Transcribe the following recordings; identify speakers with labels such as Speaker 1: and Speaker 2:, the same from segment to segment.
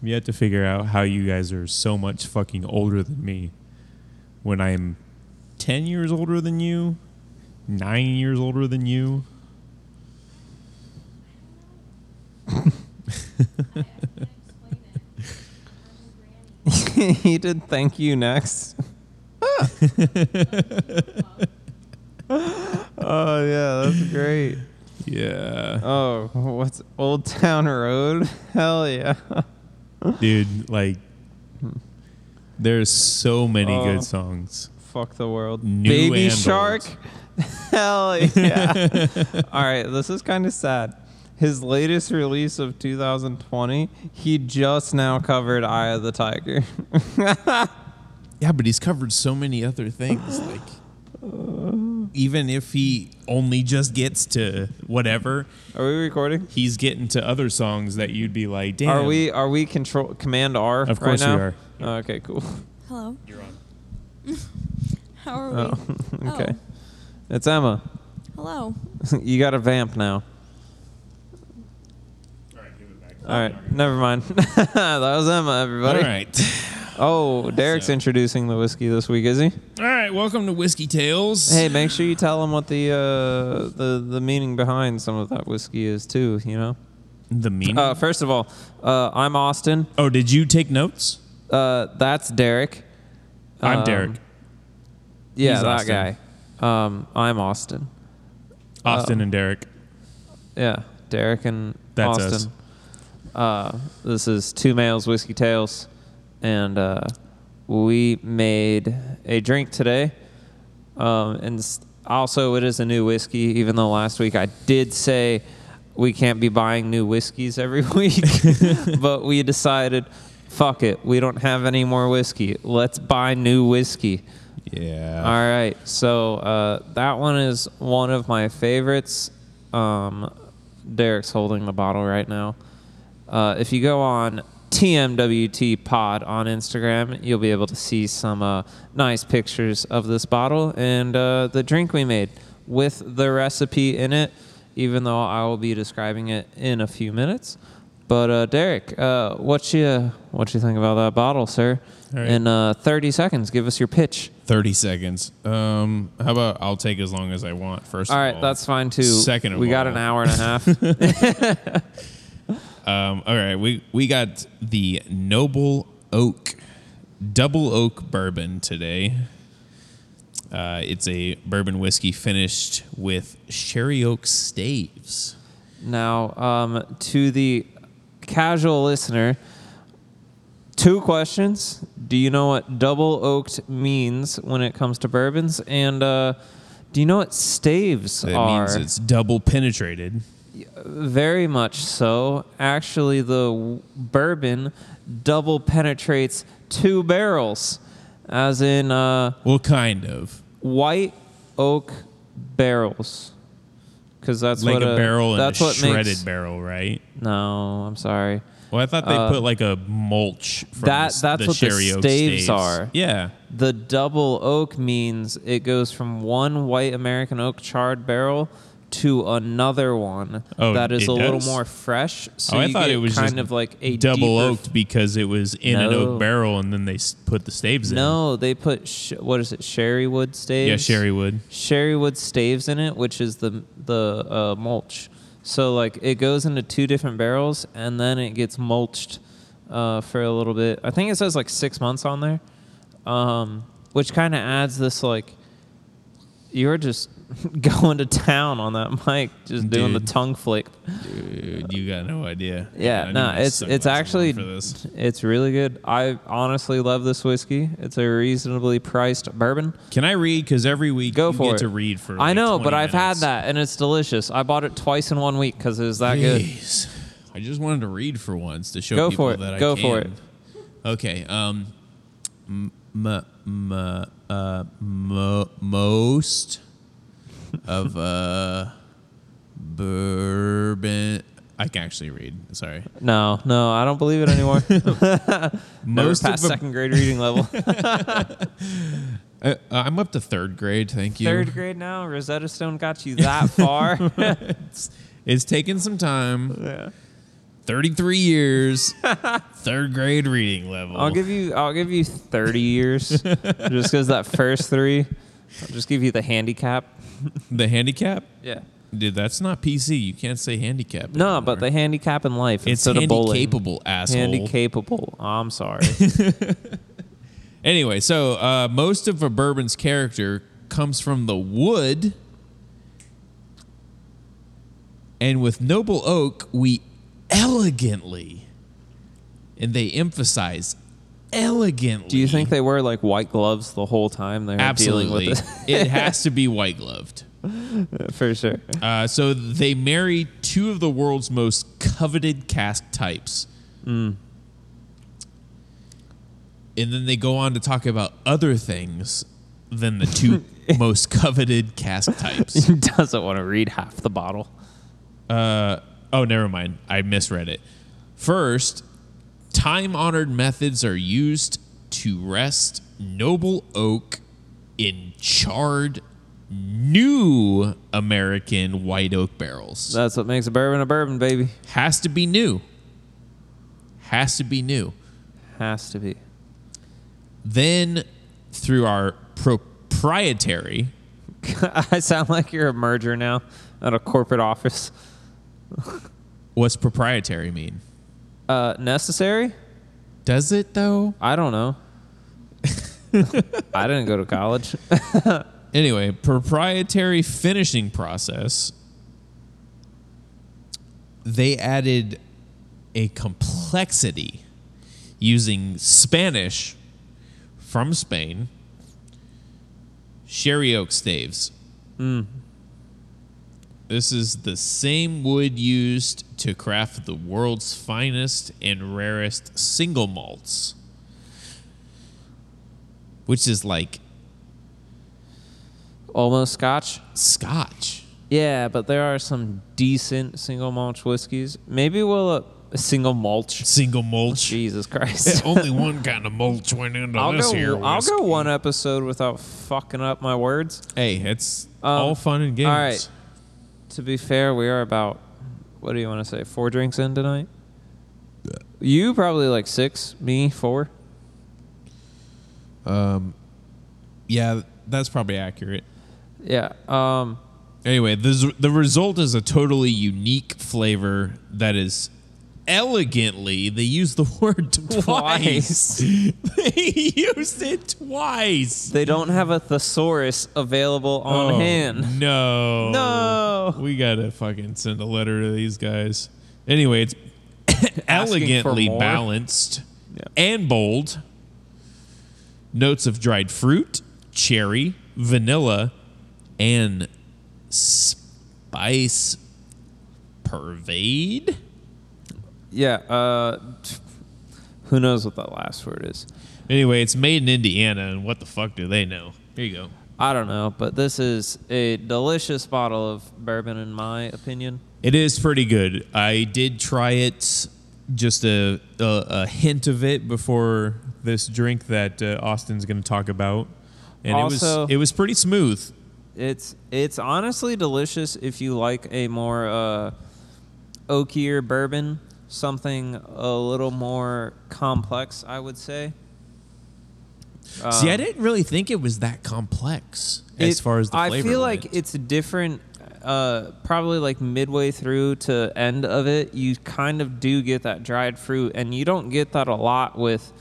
Speaker 1: I'm yet to figure out how you guys are so much fucking older than me when I'm 10 years older than you, 9 years older than you.
Speaker 2: he did thank you next. oh yeah, that's great.
Speaker 1: Yeah.
Speaker 2: Oh, what's Old Town Road? Hell yeah.
Speaker 1: Dude, like there's so many
Speaker 2: Oh.
Speaker 1: good songs.
Speaker 2: Fuck the world.
Speaker 1: New
Speaker 2: Baby
Speaker 1: and
Speaker 2: Shark? Hell yeah. All right, this is kind of sad. His latest release of 2020, he just now covered Eye of the Tiger.
Speaker 1: Yeah, but he's covered so many other things like even if he only just gets to whatever,
Speaker 2: Are we recording?
Speaker 1: he's getting to other songs that you'd be like, "Damn."
Speaker 2: Are we are we control command R
Speaker 1: Of
Speaker 2: right
Speaker 1: course we
Speaker 2: now?
Speaker 1: are.
Speaker 2: Oh, okay, cool.
Speaker 3: Hello. You're on. How are we?
Speaker 2: Oh, okay.
Speaker 3: Oh,
Speaker 2: It's Emma.
Speaker 3: hello.
Speaker 2: you got a vamp now. All right, never mind. that was Emma,
Speaker 1: All
Speaker 2: everybody.
Speaker 1: right.
Speaker 2: Oh, Derek's
Speaker 1: So-
Speaker 2: introducing the whiskey this week, is he?
Speaker 1: All right, welcome to Whiskey Tales.
Speaker 2: Hey, make sure you tell him what the uh, the the meaning behind some of that whiskey is too. You know.
Speaker 1: the meaning.
Speaker 2: Uh, first of all, uh, I'm Austin.
Speaker 1: oh, did you take notes?
Speaker 2: Uh, that's Derek.
Speaker 1: I'm
Speaker 2: Um,
Speaker 1: Derek.
Speaker 2: Yeah,
Speaker 1: He's
Speaker 2: that
Speaker 1: Austin.
Speaker 2: guy. Um, I'm Austin. uh,
Speaker 1: Austin and Derek.
Speaker 2: Yeah, Derek and
Speaker 1: That's
Speaker 2: Austin. Uh, this is Two Males Whiskey Tales, and uh, we made a drink today. Um, and s- also, it is a new whiskey, even though last week I did say we can't be buying new whiskeys every week, but we decided. Fuck it. We don't have any more whiskey. Let's buy new whiskey.
Speaker 1: Yeah.
Speaker 2: All right, so uh, that one is one of my favorites. Um, Derek's holding the bottle right now. Uh, if you go on TMWT Pod on Instagram, you'll be able to see some uh, nice pictures of this bottle and uh, the drink we made with the recipe in it. Even though I will be describing it in a few minutes, but uh, Derek, uh, what you what you think about that bottle, sir?
Speaker 1: All right.
Speaker 2: In uh, 30 seconds, give us your pitch.
Speaker 4: 30 seconds. Um, how about I'll take as long as I want, first
Speaker 2: All
Speaker 4: of
Speaker 2: right,
Speaker 4: all.
Speaker 2: that's fine too.
Speaker 4: Second of
Speaker 2: we got
Speaker 4: all.
Speaker 2: an hour and a half.
Speaker 4: Um, all right, we, we got the Noble Oak, Double Oak Bourbon today. Uh, it's a bourbon whiskey finished with sherry oak staves.
Speaker 2: now, um, to the casual listener, two questions. Do you know what double oaked means when it comes to bourbons? And uh, do you know what staves
Speaker 4: That
Speaker 2: are?
Speaker 4: means it's double penetrated.
Speaker 2: Very much so. Actually, the w- bourbon double penetrates two barrels, as in uh,
Speaker 4: Well, kind of.
Speaker 2: white oak barrels. Because that's
Speaker 4: like
Speaker 2: what
Speaker 4: a, barrel and
Speaker 2: that's
Speaker 4: a
Speaker 2: what
Speaker 4: shredded
Speaker 2: makes,
Speaker 4: barrel, right?
Speaker 2: No, I'm sorry.
Speaker 4: Well, I thought they put like a mulch from
Speaker 2: Uh, that-
Speaker 4: the s-
Speaker 2: that's
Speaker 4: the
Speaker 2: what the
Speaker 4: sherry oak
Speaker 2: staves
Speaker 4: staves
Speaker 2: are.
Speaker 4: Yeah.
Speaker 2: The double oak means it goes from one white American oak charred barrel to another one
Speaker 4: Oh,
Speaker 2: that is
Speaker 4: it
Speaker 2: a little
Speaker 4: does?
Speaker 2: more fresh. So
Speaker 4: oh,
Speaker 2: you
Speaker 4: I thought
Speaker 2: get
Speaker 4: it was
Speaker 2: kind
Speaker 4: just
Speaker 2: of like a
Speaker 4: double
Speaker 2: deeper-
Speaker 4: oaked because it was in an
Speaker 2: No.
Speaker 4: oak barrel, and then they s- put the staves in.
Speaker 2: No, they put sh- what is it? Sherry wood staves.
Speaker 4: yeah, sherry wood.
Speaker 2: sherrywood staves in it, which is the the uh, mulch. So like it goes into two different barrels and then it gets mulched uh, for a little bit. I think it says like six months on there, um, which kind of adds this like you're just going to town on that mic, just doing the
Speaker 4: Dude.
Speaker 2: tongue flick.
Speaker 4: Dude, you got no idea. I
Speaker 2: Yeah,
Speaker 4: need
Speaker 2: no,
Speaker 4: my
Speaker 2: it's it's
Speaker 4: sunglasses on
Speaker 2: actually
Speaker 4: for this.
Speaker 2: it's really good. I honestly love this whiskey. It's a reasonably priced bourbon.
Speaker 4: Can I read? Because every week
Speaker 2: Go
Speaker 4: you
Speaker 2: for
Speaker 4: get
Speaker 2: it.
Speaker 4: to read for.
Speaker 2: I
Speaker 4: like,
Speaker 2: know,
Speaker 4: 20
Speaker 2: but I've had
Speaker 4: minutes.
Speaker 2: that and it's delicious. I bought it twice in one week because it was that good.
Speaker 4: Jeez. I just wanted to read for once to show
Speaker 2: Go
Speaker 4: people
Speaker 2: for it.
Speaker 4: that I
Speaker 2: Go
Speaker 4: can.
Speaker 2: for it.
Speaker 4: Okay. Um. M- m- uh, mo- most of uh bourbon. I can actually read. Sorry.
Speaker 2: No, no, I don't believe it anymore. Most
Speaker 4: Most
Speaker 2: past
Speaker 4: of a-
Speaker 2: second grade reading level.
Speaker 4: Uh, I'm up to third grade. Thank you.
Speaker 2: Third grade now. Rosetta Stone got you that far.
Speaker 4: It's taken some time.
Speaker 2: yeah.
Speaker 4: 33 years, third grade reading level.
Speaker 2: I'll give you I'll give you 30 years just because that first three. I'll just give you the handicap.
Speaker 4: the handicap?
Speaker 2: Yeah.
Speaker 4: Dude, that's not PC. You can't say handicap.
Speaker 2: No,
Speaker 4: anymore.
Speaker 2: but the handicap in life
Speaker 4: it's
Speaker 2: instead of bullying.
Speaker 4: handicapable, asshole.
Speaker 2: Handicapable. I'm sorry.
Speaker 4: Anyway, so uh, most of a bourbon's character comes from the wood. And with noble oak, we elegantly, and they emphasize elegantly.
Speaker 2: Do you think they wear like white gloves the whole time they're
Speaker 4: Absolutely.
Speaker 2: dealing with
Speaker 4: it has to be white gloved.
Speaker 2: it? For sure.
Speaker 4: Uh, so they marry two of the world's most coveted cask types. And then they go on to talk about other things than the two most coveted cask types.
Speaker 2: He doesn't want to read half the bottle.
Speaker 4: Oh, never mind. I misread it. First, time honored methods are used to rest noble oak in charred new American white oak barrels.
Speaker 2: That's what makes a bourbon a bourbon, baby.
Speaker 4: Has to be new. Has to be new.
Speaker 2: Has to be.
Speaker 4: Then, through our proprietary,
Speaker 2: I sound like you're a merger now at a corporate office.
Speaker 4: what's proprietary mean?
Speaker 2: Uh, necessary?
Speaker 4: Does it though?
Speaker 2: I don't know. I didn't go to college.
Speaker 4: Anyway, proprietary finishing process. They added a complexity using Spanish from Spain, sherry oak staves. This is the same wood used to craft the world's finest and rarest single malts, which is like
Speaker 2: Almost scotch?
Speaker 4: scotch.
Speaker 2: Yeah, but there are some decent single malt whiskeys. Maybe we'll. Uh, single malt.
Speaker 4: Single mulch.
Speaker 2: Jesus Christ.
Speaker 4: Only one kind of mulch went into
Speaker 2: Oh, I'll
Speaker 4: this
Speaker 2: go,
Speaker 4: here.
Speaker 2: I'll
Speaker 4: whiskey.
Speaker 2: go one episode without fucking up my words.
Speaker 4: Hey, it's
Speaker 2: Um,
Speaker 4: all fun and games.
Speaker 2: all right. To be fair, we are about what do you want to say? Four drinks in tonight. You probably like six. Me four.
Speaker 4: Yeah, that's probably accurate.
Speaker 2: Yeah. Um.
Speaker 4: Anyway, the the result is a totally unique flavor that is elegantly. They use the word twice.
Speaker 2: Twice.
Speaker 4: they used it twice.
Speaker 2: They don't have a thesaurus available on
Speaker 4: Oh,
Speaker 2: hand.
Speaker 4: No.
Speaker 2: No.
Speaker 4: We gotta fucking send a letter to these guys. Anyway, it's elegantly
Speaker 2: more.
Speaker 4: balanced and bold. Notes of dried fruit, cherry, vanilla, and spice pervade.
Speaker 2: Yeah. Uh. t- Who knows what that last word is?
Speaker 4: Anyway, it's made in Indiana, and what the fuck do they know? Here you go.
Speaker 2: I don't know, but this is a delicious bottle of bourbon, in my opinion.
Speaker 4: It is pretty good. I did try it, just a a, a hint of it before this drink that uh, Austin's going to talk about, and it
Speaker 2: Also-
Speaker 4: was it was pretty smooth.
Speaker 2: It's it's honestly delicious if you like a more uh, oakier bourbon, something a little more complex, I would say.
Speaker 4: See, I didn't really think it was that complex as
Speaker 2: Um, It-
Speaker 4: far as the
Speaker 2: I
Speaker 4: flavor.
Speaker 2: feel
Speaker 4: went.
Speaker 2: like it's different. Uh, probably like midway through to end of it, you kind of do get that dried fruit, and you don't get that a lot with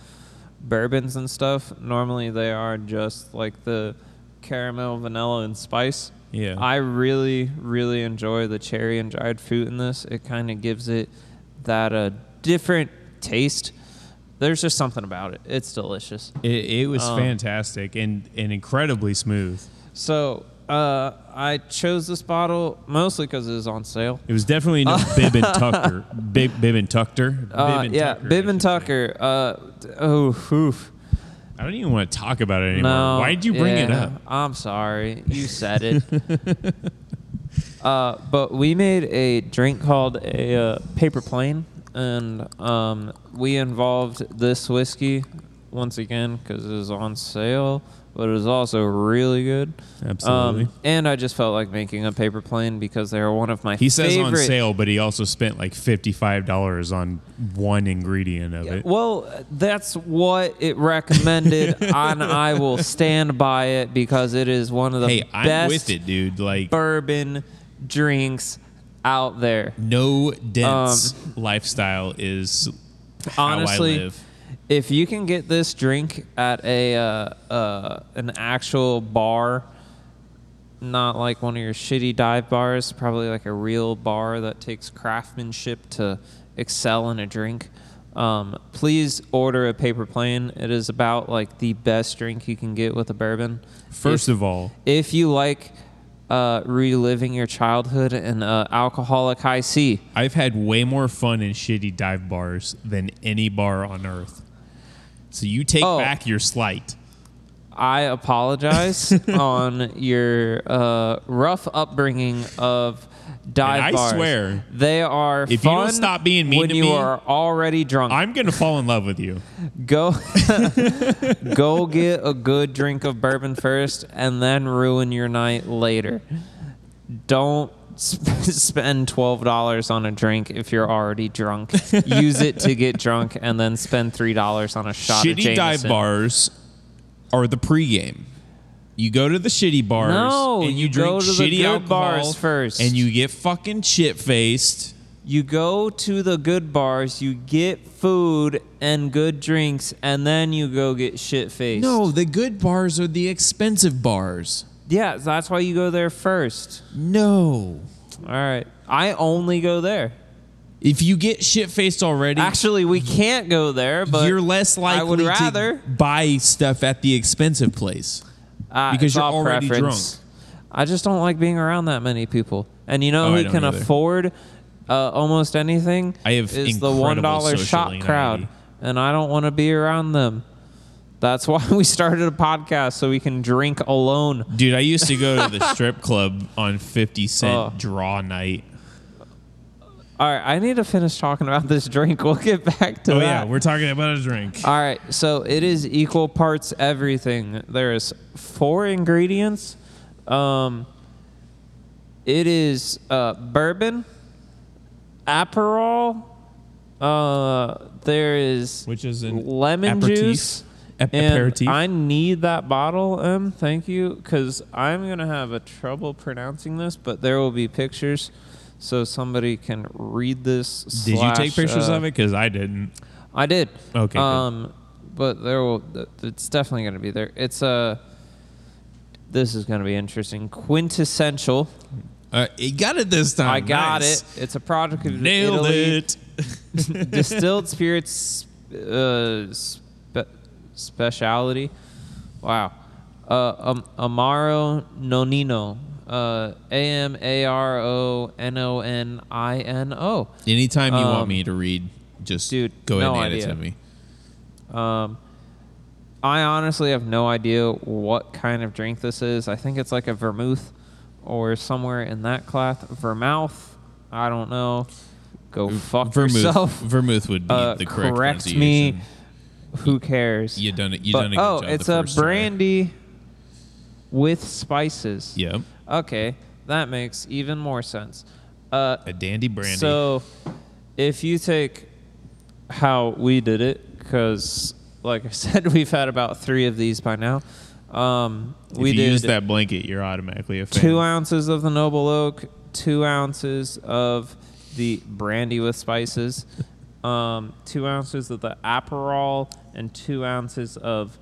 Speaker 2: bourbons and stuff. Normally, they are just like the caramel, vanilla, and spice.
Speaker 4: Yeah.
Speaker 2: I really, really enjoy the cherry and dried fruit in this. It kind of gives it that uh, different taste. There's just something about it. It's delicious.
Speaker 1: It, it was
Speaker 2: Um,
Speaker 1: fantastic and, and incredibly smooth.
Speaker 2: So uh, I chose this bottle mostly because it was on sale.
Speaker 1: It was definitely no Bib and Tucker. Bib, Bib and Tucker.
Speaker 2: Uh, yeah, Bib and
Speaker 1: I should say.
Speaker 2: Tucker. Uh, d- oh, oof.
Speaker 1: I don't even want to talk about it anymore.
Speaker 2: No,
Speaker 1: Why'd you bring it
Speaker 2: yeah,
Speaker 1: up?
Speaker 2: I'm sorry, you said it. uh, but we made a drink called a uh, paper plane, and um, we involved this whiskey once again because it was on sale. but it was also really good. Um,
Speaker 1: Absolutely.
Speaker 2: and I just felt like making a paper plane because they are one of my
Speaker 1: He says
Speaker 2: favorite.
Speaker 1: on sale, but he also spent like fifty-five dollars on one ingredient of it.
Speaker 2: Well, that's what it recommended, and I will stand by it because it is one of the
Speaker 4: Hey, I'm
Speaker 2: best
Speaker 4: with it, dude. Like
Speaker 2: bourbon drinks out there.
Speaker 4: no dense lifestyle is how
Speaker 2: um, honestly,
Speaker 4: I live.
Speaker 2: if you can get this drink at a uh, uh, an actual bar, not like one of your shitty dive bars, probably like a real bar that takes craftsmanship to excel in a drink. Um, please order a paper plane. It is about like the best drink you can get with a bourbon.
Speaker 1: First of all,
Speaker 2: If you like uh, reliving your childhood in uh, alcoholic high C,
Speaker 1: I've had way more fun in shitty dive bars than any bar on earth.
Speaker 4: So you take
Speaker 2: Oh.
Speaker 4: back your slight.
Speaker 2: I apologize on your uh, rough upbringing of dive
Speaker 4: And I
Speaker 2: bars.
Speaker 4: swear,
Speaker 2: they are
Speaker 4: if you
Speaker 2: fun
Speaker 4: don't stop being mean
Speaker 2: when
Speaker 4: to
Speaker 2: you
Speaker 4: me,
Speaker 2: are already drunk.
Speaker 1: I'm gonna fall in love with you.
Speaker 2: go go get a good drink of bourbon first, and then ruin your night later. Don't sp- spend twelve dollars on a drink if you're already drunk. Use it to get drunk, and then spend three dollars on a shot. of
Speaker 4: shitty dive
Speaker 2: Jameson.
Speaker 4: bars are the pregame. You go to the shitty bars
Speaker 2: No,
Speaker 4: and you,
Speaker 2: you
Speaker 4: drink
Speaker 2: go to the
Speaker 4: shitty
Speaker 2: good
Speaker 4: alcohol
Speaker 2: bars first.
Speaker 4: and you get fucking shit faced.
Speaker 2: You go to the good bars, you get food and good drinks, and then you go get shit faced.
Speaker 4: No, the good bars are the expensive bars.
Speaker 2: Yeah, so that's why you go there first.
Speaker 4: No.
Speaker 2: All right. I only go there.
Speaker 4: If you get shit faced already,
Speaker 2: Actually, we can't go there, but
Speaker 4: you're less likely
Speaker 2: I would
Speaker 4: to
Speaker 2: rather
Speaker 4: buy stuff at the expensive place.
Speaker 2: uh,
Speaker 4: because
Speaker 2: it's
Speaker 4: you're
Speaker 2: all
Speaker 4: already
Speaker 2: preference. I just don't like being around that many people. And you know
Speaker 4: Oh, I
Speaker 2: who
Speaker 4: don't
Speaker 2: can
Speaker 4: either.
Speaker 2: afford uh, almost anything?
Speaker 4: I have
Speaker 2: is the
Speaker 4: incredible
Speaker 2: one dollar
Speaker 4: social
Speaker 2: shot
Speaker 4: anxiety.
Speaker 2: crowd, and I don't want to be around them. That's why we started a podcast so we can drink alone.
Speaker 4: Dude, I used to go to the strip club on 50 cent
Speaker 2: Oh.
Speaker 4: draw night.
Speaker 2: All right, I need to finish talking about this drink. We'll get back to
Speaker 1: Oh yeah,
Speaker 2: that. Uh,
Speaker 1: we're talking about a drink.
Speaker 2: All right, so it is equal parts everything. There is four ingredients. Um, it is uh, bourbon, aperol. Uh, there is
Speaker 4: Which is an
Speaker 2: lemon
Speaker 4: aperitif.
Speaker 2: juice.
Speaker 4: Ap-
Speaker 2: and
Speaker 4: aperitif.
Speaker 2: I need that bottle, um, thank you, because I'm gonna have a trouble pronouncing this, but there will be pictures, so somebody can read this. uh,
Speaker 4: Did you take pictures of
Speaker 2: it?
Speaker 1: it because I didn't.
Speaker 2: I did.
Speaker 1: Okay, good.
Speaker 2: Um, but there will. th- It's definitely going to be there. It's Uh, this is going to be interesting. Quintessential.
Speaker 4: Uh, you got it this time.
Speaker 2: I got
Speaker 4: Ah, Nice.
Speaker 2: it. It's a product of
Speaker 4: Nailed
Speaker 2: Italy.
Speaker 4: it.
Speaker 2: Distilled spirits uh, spe- speciality. Wow. Uh, um, Amaro Nonino. Uh, A M A R O N O N I N O.
Speaker 4: Anytime you want
Speaker 2: Um,
Speaker 4: me to read, just
Speaker 2: dude,
Speaker 4: go ahead
Speaker 2: no
Speaker 4: and hand it
Speaker 2: idea.
Speaker 4: to me.
Speaker 2: Um, I honestly have no idea what kind of drink this is. I think it's like a vermouth or somewhere in that class. Vermouth. I don't know. Go fuck
Speaker 4: Vermouth.
Speaker 2: yourself.
Speaker 4: Vermouth would be
Speaker 2: Uh,
Speaker 4: the correct
Speaker 2: correct me.
Speaker 4: pronunciation.
Speaker 2: Who cares?
Speaker 4: You done it. You
Speaker 2: But-
Speaker 4: done a good
Speaker 2: oh,
Speaker 4: job
Speaker 2: it's
Speaker 4: the
Speaker 2: a
Speaker 4: first time.
Speaker 2: brandy with spices.
Speaker 4: Yep.
Speaker 2: Okay, that makes even more sense. Uh,
Speaker 4: A dandy brandy.
Speaker 2: so, if you take how we did it, because like I said, we've had about three of these by now. Um,
Speaker 4: if
Speaker 2: we
Speaker 4: you
Speaker 2: did
Speaker 4: use that blanket, you're automatically a fan.
Speaker 2: two ounces of the noble oak, two ounces of the brandy with spices, um, two ounces of the aperol, and two ounces of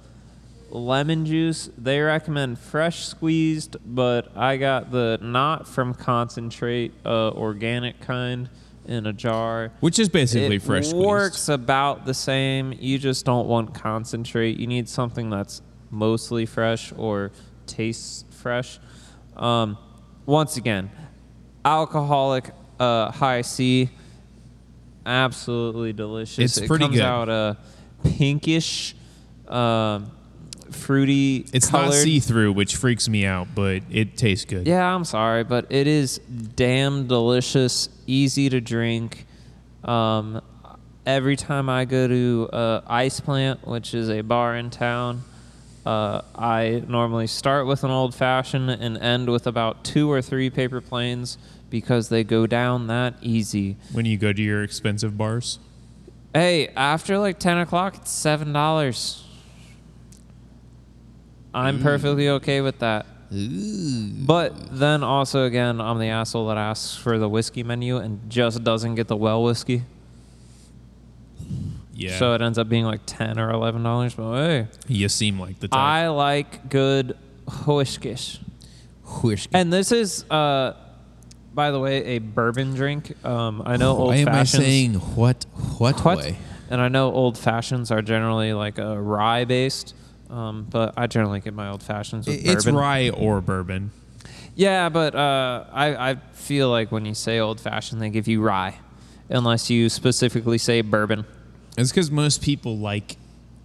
Speaker 2: lemon juice. They recommend fresh squeezed, but I got the not from concentrate, uh, organic kind in a jar.
Speaker 4: which is basically
Speaker 2: It
Speaker 4: fresh squeezed.
Speaker 2: works about the same. You just don't want concentrate. You need something that's mostly fresh or tastes fresh. Um, once again, alcoholic uh, high C, absolutely delicious.
Speaker 4: It's
Speaker 2: it
Speaker 4: pretty
Speaker 2: comes
Speaker 4: good.
Speaker 2: out uh, pinkish, um fruity.
Speaker 4: It's
Speaker 2: colored.
Speaker 4: not see through, which freaks me out, but it tastes good.
Speaker 2: Yeah, I'm sorry, but it is damn delicious, easy to drink. Um, every time I go to uh, Ice Plant, which is a bar in town, Uh, I normally start with an old fashioned and end with about two or three paper planes because they go down that easy.
Speaker 1: When you go to your expensive bars,
Speaker 2: Hey, after like 10 o'clock, it's $7.
Speaker 4: Mm.
Speaker 2: I'm perfectly okay with that. But then also, again, I'm the asshole that asks for the whiskey menu and just doesn't get the well whiskey.
Speaker 4: Yeah.
Speaker 2: So it ends up being like 10 or $11. But hey,
Speaker 4: you seem like the type.
Speaker 2: I like good whiskish.
Speaker 4: Whiskey.
Speaker 2: And this is, uh, by the way, a bourbon drink. Um, I know old
Speaker 4: Why am I
Speaker 2: fashions.
Speaker 4: saying what? What,
Speaker 2: What?
Speaker 4: way?
Speaker 2: And I know old fashions are generally like uh, rye based, um, but I generally get my old fashions with
Speaker 4: It's
Speaker 2: bourbon.
Speaker 4: rye or bourbon.
Speaker 2: Yeah, but uh, I, I feel like when you say old fashioned, they give you rye, unless you specifically say bourbon,
Speaker 4: It's because most
Speaker 1: people like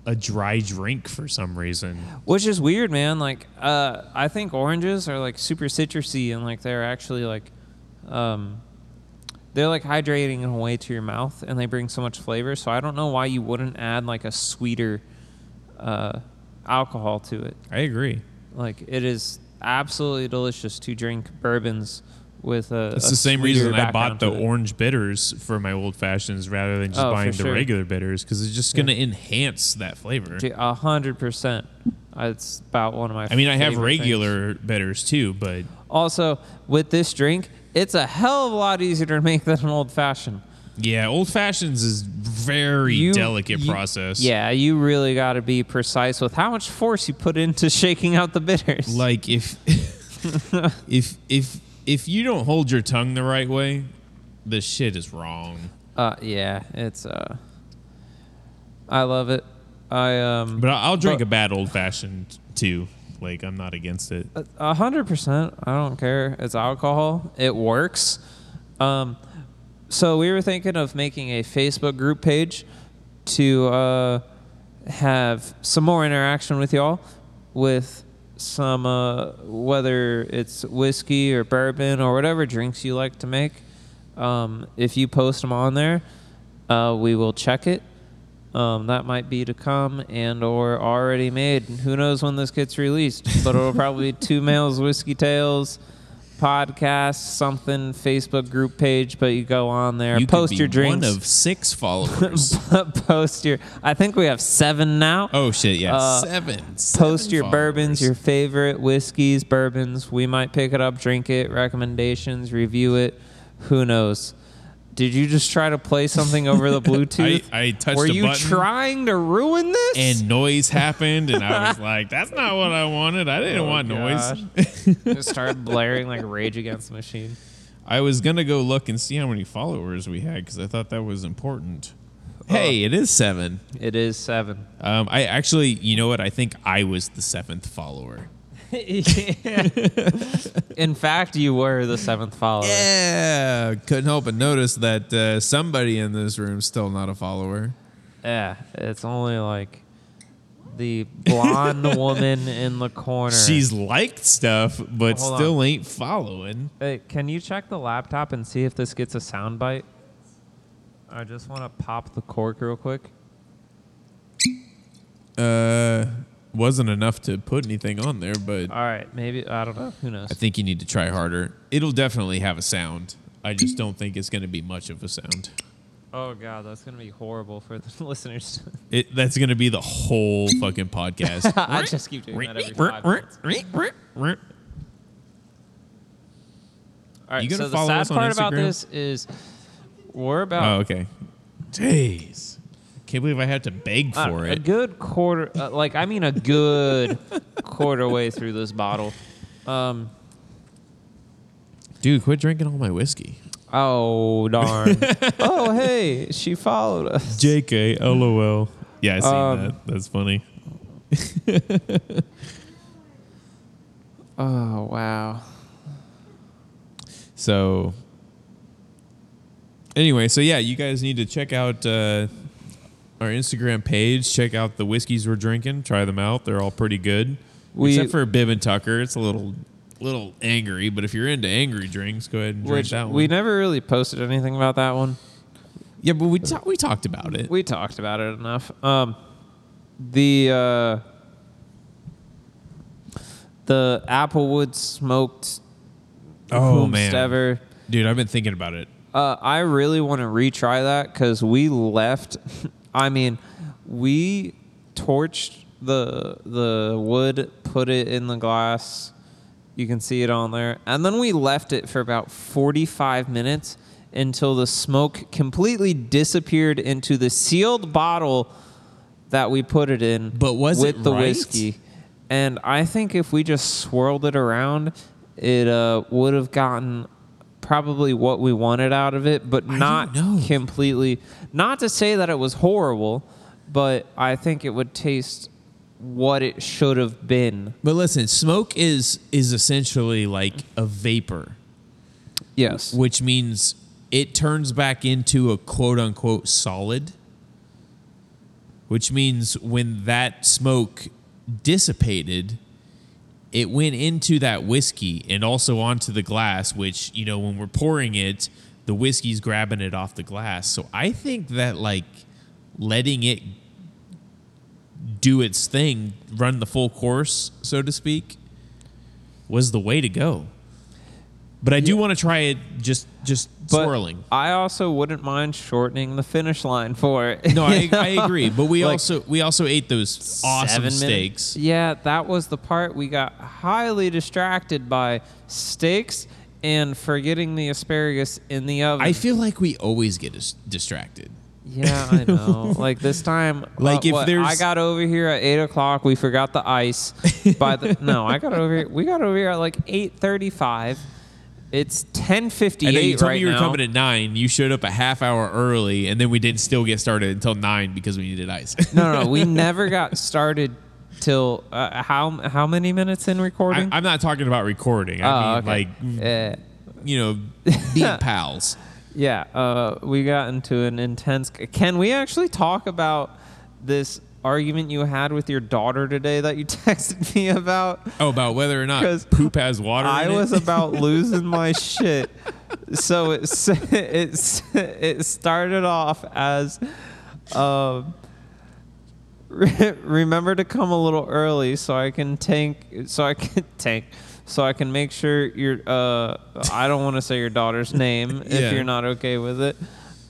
Speaker 1: a dry drink for some reason.
Speaker 2: which is weird, man. Like uh, I think oranges are like super citrusy and like they're actually like, um, they're like hydrating in a way to your mouth, and they bring so much flavor. So I don't know why you wouldn't add like a sweeter uh, alcohol to it.
Speaker 1: I agree.
Speaker 2: Like it is absolutely delicious to drink bourbons with a.
Speaker 4: That's
Speaker 2: a
Speaker 4: the same
Speaker 2: sweeter
Speaker 4: reason
Speaker 1: I bought
Speaker 2: background
Speaker 1: the
Speaker 2: to it.
Speaker 1: orange bitters for my old fashions rather than just
Speaker 2: Oh, for
Speaker 1: buying the
Speaker 2: sure.
Speaker 1: regular bitters because it's just going to enhance that flavor.
Speaker 2: Gee, A hundred percent. It's about one of my.
Speaker 1: I mean, I have
Speaker 2: favorite things.
Speaker 1: regular bitters too, but
Speaker 2: Also, with this drink, it's a hell of a lot easier to make than an old fashioned.
Speaker 1: yeah, old fashions is very
Speaker 2: You-
Speaker 1: delicate
Speaker 2: you-
Speaker 1: process.
Speaker 2: Yeah, you really got to be precise with how much force you put into shaking out the bitters.
Speaker 4: like if
Speaker 1: If if if you don't hold your tongue the right way, the shit is wrong.
Speaker 2: uh, yeah, it's. uh I love it. I um.
Speaker 1: But I- I'll drink
Speaker 2: But-
Speaker 1: a bad old fashioned too. Like I'm not against it.
Speaker 2: A- A hundred percent. I don't care. It's alcohol. It works. Um, so we were thinking of making a Facebook group page to uh, have some more interaction with y'all, with some uh, whether it's whiskey or bourbon or whatever drinks you like to make. Um, if you post them on there, uh, we will check it. Um, that might be to come and or already made. Who knows when this gets released? But it'll probably be two males whiskey tales podcast something Facebook group page. But you go on there,
Speaker 4: you could
Speaker 2: post
Speaker 4: be
Speaker 2: your drinks.
Speaker 4: one of six followers.
Speaker 2: post your. I think we have seven now.
Speaker 4: oh shit! Yeah,
Speaker 2: Uh,
Speaker 4: seven.
Speaker 2: post
Speaker 4: seven
Speaker 2: your bourbons,
Speaker 4: followers.
Speaker 2: your favorite whiskeys, bourbons. We might pick it up, drink it, recommendations, review it. Who knows? Did you just try to play something over the Bluetooth?
Speaker 1: I touched
Speaker 2: Were
Speaker 1: a
Speaker 2: you
Speaker 1: button.
Speaker 2: trying to ruin this?
Speaker 4: and noise happened, and I was like, "That's not what I wanted. I didn't
Speaker 2: Oh,
Speaker 4: want noise."
Speaker 2: gosh. just started blaring like Rage Against the Machine.
Speaker 4: I was gonna go look and see how many followers we had because I thought that was important.
Speaker 2: Uh,
Speaker 4: Hey, it is seven.
Speaker 2: It is seven.
Speaker 4: Um, I actually, you know what? I think I was the seventh follower.
Speaker 2: In fact, you were the seventh follower.
Speaker 4: Yeah, couldn't help but notice that uh, somebody in this room still not a follower.
Speaker 2: Yeah, it's only like the blonde woman in the corner.
Speaker 4: She's liked stuff, but
Speaker 2: Hold on.
Speaker 4: still ain't following.
Speaker 2: Hey, can you check the laptop and see if this gets a sound bite? I just want to pop the cork real quick.
Speaker 4: Uh, wasn't enough to put anything on there, but
Speaker 2: All right, maybe I don't know. Who knows?
Speaker 4: I think you need to try harder. It'll definitely have a sound. I just don't think it's going to be much of a sound.
Speaker 2: Oh god, that's gonna be horrible for the listeners.
Speaker 4: It, that's going to be the whole fucking podcast.
Speaker 2: I just keep doing that every five minutes. All
Speaker 4: You gonna
Speaker 2: right, so the
Speaker 4: follow
Speaker 2: sad
Speaker 4: us on
Speaker 2: part about
Speaker 4: Instagram?
Speaker 2: this is we're
Speaker 4: Oh,
Speaker 2: about
Speaker 4: okay. Jeez. Can't believe I had to beg
Speaker 2: uh,
Speaker 4: for
Speaker 2: a
Speaker 4: it.
Speaker 2: good quarter. Uh, like I mean, a good quarter way through this bottle. Um.
Speaker 4: Dude, quit drinking all my whiskey.
Speaker 2: Oh darn. oh hey, she followed us.
Speaker 1: JK, lol.
Speaker 4: Yeah, I seen
Speaker 2: Um,
Speaker 4: that. That's funny.
Speaker 2: Oh wow.
Speaker 4: So, anyway, so yeah, you guys need to check out uh, our Instagram page. Check out the whiskeys we're drinking. Try them out; they're all pretty good.
Speaker 2: We-
Speaker 4: Except for Bib and Tucker, it's a little, little angry. But if you're into angry drinks, go ahead and drink
Speaker 2: Which
Speaker 4: that one.
Speaker 2: we never really posted anything about that one.
Speaker 4: yeah, but we ta- we talked about it.
Speaker 2: We talked about it enough. Um, the uh, the Applewood smoked
Speaker 4: Oh
Speaker 2: whomstever.
Speaker 4: dude, I've been thinking about it.
Speaker 2: Uh, I really want to retry that because we left. I mean, we torched the the wood, put it in the glass. You can see it on there, and then we left it for about forty five minutes until the smoke completely disappeared into the sealed bottle that we put it in.
Speaker 4: But was
Speaker 2: with
Speaker 4: it
Speaker 2: the
Speaker 4: right?
Speaker 2: whiskey? And I think if we just swirled it around, it uh, would have gotten probably what we wanted out of it, but
Speaker 4: don't
Speaker 2: not
Speaker 4: know.
Speaker 2: completely. Not to say that it was horrible, but I think it would taste what it should have been.
Speaker 4: But listen, smoke is is essentially like a vapor,
Speaker 2: Yes.
Speaker 4: which means it turns back into a quote unquote solid. Which means when that smoke dissipated, it went into that whiskey and also onto the glass, which, you know, when we're pouring it, the whiskey's grabbing it off the glass. So I think that like letting it do its thing, run the full course, so to speak, was the way to go. But I do want to try it just just
Speaker 2: But
Speaker 4: swirling.
Speaker 2: I also wouldn't mind shortening the finish line for it.
Speaker 4: No, I,
Speaker 2: You
Speaker 4: I
Speaker 2: know?
Speaker 4: agree. But we
Speaker 2: Like,
Speaker 4: also we also ate those awesome
Speaker 2: seven minutes.
Speaker 4: steaks.
Speaker 2: Yeah, that was the part we got highly distracted by steaks and forgetting the asparagus in the oven.
Speaker 4: I feel like we always get dis- distracted.
Speaker 2: yeah, I know. like this time,
Speaker 4: Like,
Speaker 2: uh,
Speaker 4: if
Speaker 2: what,
Speaker 4: there's-
Speaker 2: I got over here at eight o'clock. We forgot the ice. By the no, I got over here. We got over here at like eight thirty-five. It's ten
Speaker 4: And then you
Speaker 2: fifty-eight
Speaker 4: told
Speaker 2: right
Speaker 4: me you were
Speaker 2: now.
Speaker 4: coming at nine. You showed up a half hour early, and then we didn't still get started until nine because we needed ice.
Speaker 2: no, no, we never got started till uh, how how many minutes in recording?
Speaker 4: I, am not talking about recording.
Speaker 2: Oh,
Speaker 4: I mean,
Speaker 2: okay. Eh,
Speaker 4: like
Speaker 2: Yeah.
Speaker 4: you know, being pals.
Speaker 2: Yeah, uh, we got into an intense. Can we actually talk about this argument you had with your daughter today that you texted me about?
Speaker 4: Oh, about whether or not
Speaker 2: 'Cause
Speaker 4: poop has water.
Speaker 2: I
Speaker 4: in
Speaker 2: was
Speaker 4: it.
Speaker 2: about losing my shit. So it s- it s- it started off as, um, re- remember to come a little early so I can tank. So I can tank. So I can make sure your. Uh, I don't want to say your daughter's name
Speaker 4: Yeah.
Speaker 2: if you're not okay with it.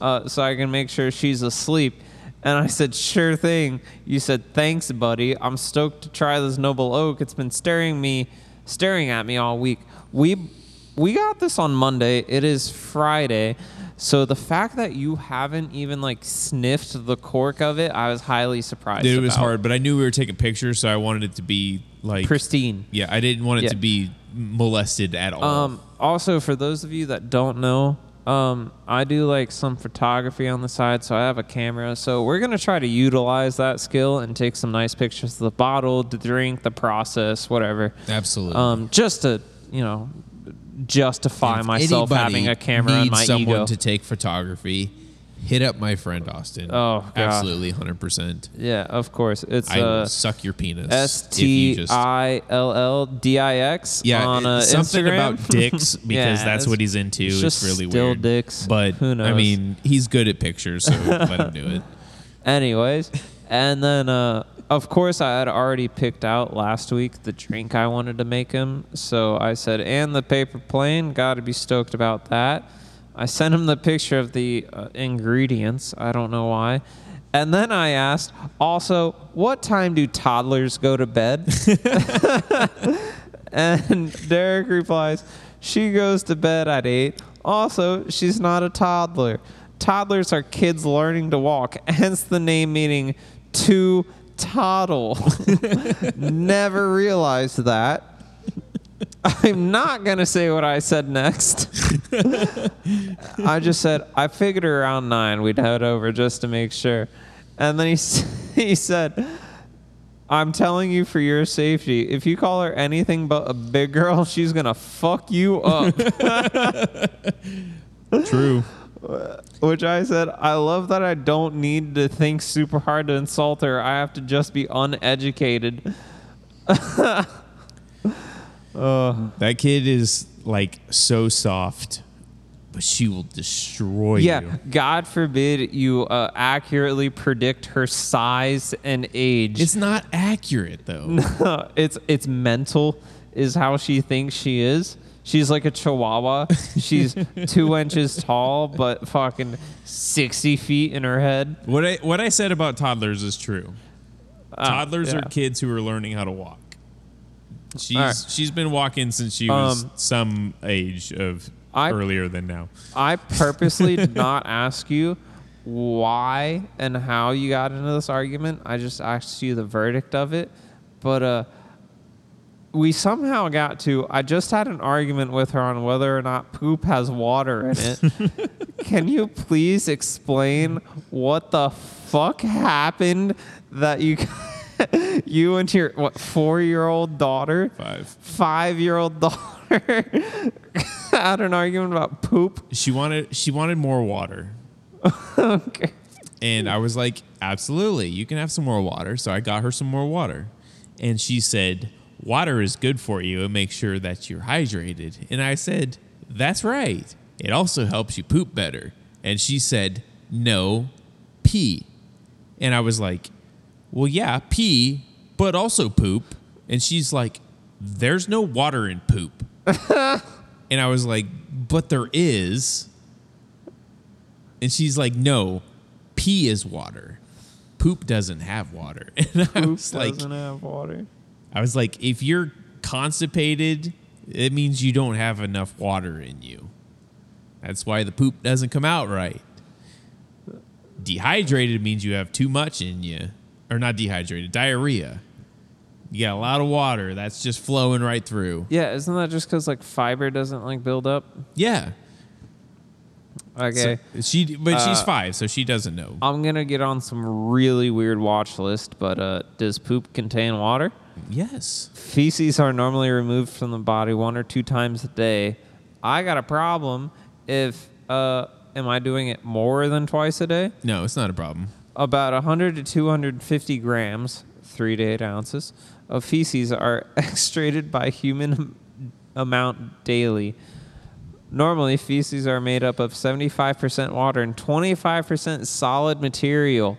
Speaker 2: Uh, so I can make sure she's asleep. And I said, sure thing. You said, thanks, buddy. I'm stoked to try this noble oak. It's been staring me, staring at me all week. We we got this on Monday. It is Friday. So the fact that you haven't even like sniffed the cork of it, I was highly surprised.
Speaker 4: Dude, it was
Speaker 2: about.
Speaker 4: hard, but I knew we were taking pictures, so I wanted it to be like
Speaker 2: Pristine.
Speaker 4: Yeah, I didn't want it
Speaker 2: Yeah.
Speaker 4: to be molested at all.
Speaker 2: Um, also, for those of you that don't know, um, I do like some photography on the side, so I have a camera. So we're gonna try to utilize that skill and take some nice pictures of the bottle, the drink, the process, whatever.
Speaker 4: Absolutely.
Speaker 2: Um, just to you know justify
Speaker 4: If
Speaker 2: myself
Speaker 4: anybody
Speaker 2: having a camera and
Speaker 4: needs
Speaker 2: my
Speaker 4: someone
Speaker 2: ego.
Speaker 4: to take photography. Hit up my friend Austin.
Speaker 2: Oh, God.
Speaker 4: absolutely, hundred percent.
Speaker 2: yeah, of course. It's
Speaker 4: I will
Speaker 2: uh,
Speaker 4: suck your penis.
Speaker 2: S
Speaker 4: if you
Speaker 2: T
Speaker 4: just-
Speaker 2: I L L D I X
Speaker 4: yeah,
Speaker 2: on uh,
Speaker 4: it- something
Speaker 2: Instagram.
Speaker 4: about dicks because that's
Speaker 2: Yeah, it's-
Speaker 4: what he's into.
Speaker 2: it's
Speaker 4: It's,
Speaker 2: just
Speaker 4: really
Speaker 2: still
Speaker 4: weird.
Speaker 2: dicks.
Speaker 4: but
Speaker 2: Who
Speaker 4: I
Speaker 2: knows?
Speaker 4: mean, he's good at pictures, so let him do it.
Speaker 2: Anyways, and then uh, of course I had already picked out last week the drink I wanted to make him, so I said, "And the paper plane, got to be stoked about that." I sent him the picture of the uh, ingredients. I don't know why. And then I asked, also, what time do toddlers go to bed? And Derek replies, She goes to bed at 8. Also, she's not a toddler. Toddlers are kids learning to walk, hence the name meaning to toddle. Never realized that. I'm not going to say what I said next. I just said, I figured around 9 we'd head over just to make sure. And then he, s- he said, I'm telling you for your safety. If you call her anything but a big girl, she's gonna fuck you up.
Speaker 1: True.
Speaker 2: Which I said, I love that I don't need to think super hard to insult her. I have to just be uneducated.
Speaker 4: That kid is like so soft, but she will destroy
Speaker 2: yeah,
Speaker 4: you.
Speaker 2: God forbid you uh, accurately predict her size and age.
Speaker 4: It's not accurate though.
Speaker 2: it's it's mental. is how she thinks she is. She's like a chihuahua. She's two inches tall, but fucking 60 feet in her head.
Speaker 4: What I what I said about toddlers is true.
Speaker 2: Oh,
Speaker 4: toddlers
Speaker 2: yeah.
Speaker 4: are kids who are learning how to walk. She's
Speaker 2: Alright.
Speaker 4: she's been walking since she was
Speaker 2: Um,
Speaker 4: some age of
Speaker 2: I-
Speaker 4: earlier than now.
Speaker 2: I purposely did not ask you why and how you got into this argument. I just asked you the verdict of it. But uh, we somehow got to. I just had an argument with her on whether or not poop has water in it. Can you please explain what the fuck happened that you, you and your what four-year-old daughter,
Speaker 4: Five.
Speaker 2: five-year-old daughter, had an argument about poop?
Speaker 4: She wanted she wanted more water.
Speaker 2: okay.
Speaker 4: And I was like, absolutely, you can have some more water. So I got her some more water. And she said, water is good for you. It makes sure that you're hydrated. And I said, that's right. It also helps you poop better. And she said, no, pee. And I was like, well, yeah, pee, but also poop. And she's like, there's no water in poop. and I was like, but there is. And she's like, no, pee is water. Poop doesn't have water. And I
Speaker 2: Poop
Speaker 4: was like,
Speaker 2: doesn't have water.
Speaker 4: I was like, if you're constipated, it means you don't have enough water in you. That's why the poop doesn't come out right. Dehydrated means you have too much in you, or not dehydrated, diarrhea. You got a lot of water that's just flowing right through.
Speaker 2: Yeah, isn't that just because like fiber doesn't like build up?
Speaker 4: Yeah.
Speaker 2: Okay,
Speaker 4: So she, but she's
Speaker 2: Uh,
Speaker 4: five, so she doesn't know.
Speaker 2: I'm gonna get on some really weird watch list, but uh, does poop contain water?
Speaker 4: Yes.
Speaker 2: Feces are normally removed from the body one or two times a day. I got a problem if uh, am I doing it more than twice a day?
Speaker 4: No, it's not a problem.
Speaker 2: About 100 to 250 grams, three to eight ounces, of feces are extracted by human amount daily. Normally, feces are made up of 75% water and 25% solid material.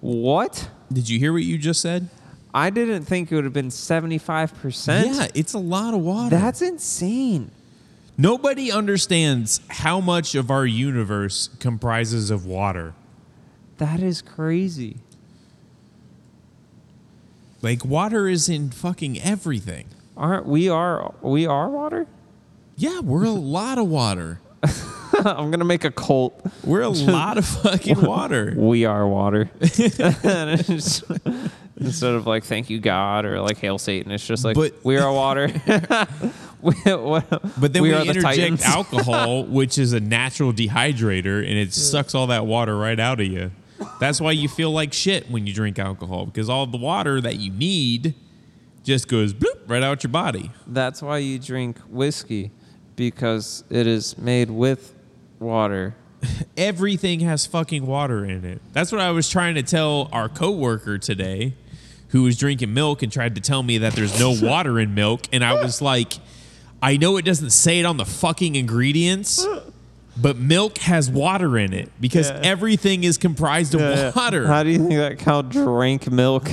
Speaker 2: What?
Speaker 4: Did you hear what you just said?
Speaker 2: I didn't think it would have been 75%.
Speaker 4: yeah, it's a lot of water.
Speaker 2: That's insane.
Speaker 4: Nobody understands how much of our universe comprises of water.
Speaker 2: That is crazy.
Speaker 4: Like water is in fucking everything.
Speaker 2: Aren't we are we are water?
Speaker 4: Yeah, we're a lot of water.
Speaker 2: I'm going to make a cult.
Speaker 4: We're a lot of fucking water.
Speaker 2: we are water. And it's- Instead of like thank you God or like hail Satan, it's just like
Speaker 4: But-
Speaker 2: we are water. we, what-
Speaker 4: But then we,
Speaker 2: are the
Speaker 4: interject
Speaker 2: Titans.
Speaker 4: alcohol, which is a natural dehydrator, and it sucks all that water right out of you. That's why you feel like shit when you drink alcohol because all the water that you need just goes bloop right out your body.
Speaker 2: That's why you drink whiskey because it is made with water.
Speaker 4: everything has fucking water in it. That's what I was trying to tell our coworker today who was drinking milk and tried to tell me that there's no water in milk and I was like I know it doesn't say it on the fucking ingredients but milk has water in it because
Speaker 2: Yeah.
Speaker 4: everything is comprised of water.
Speaker 2: How do you think that cow drank milk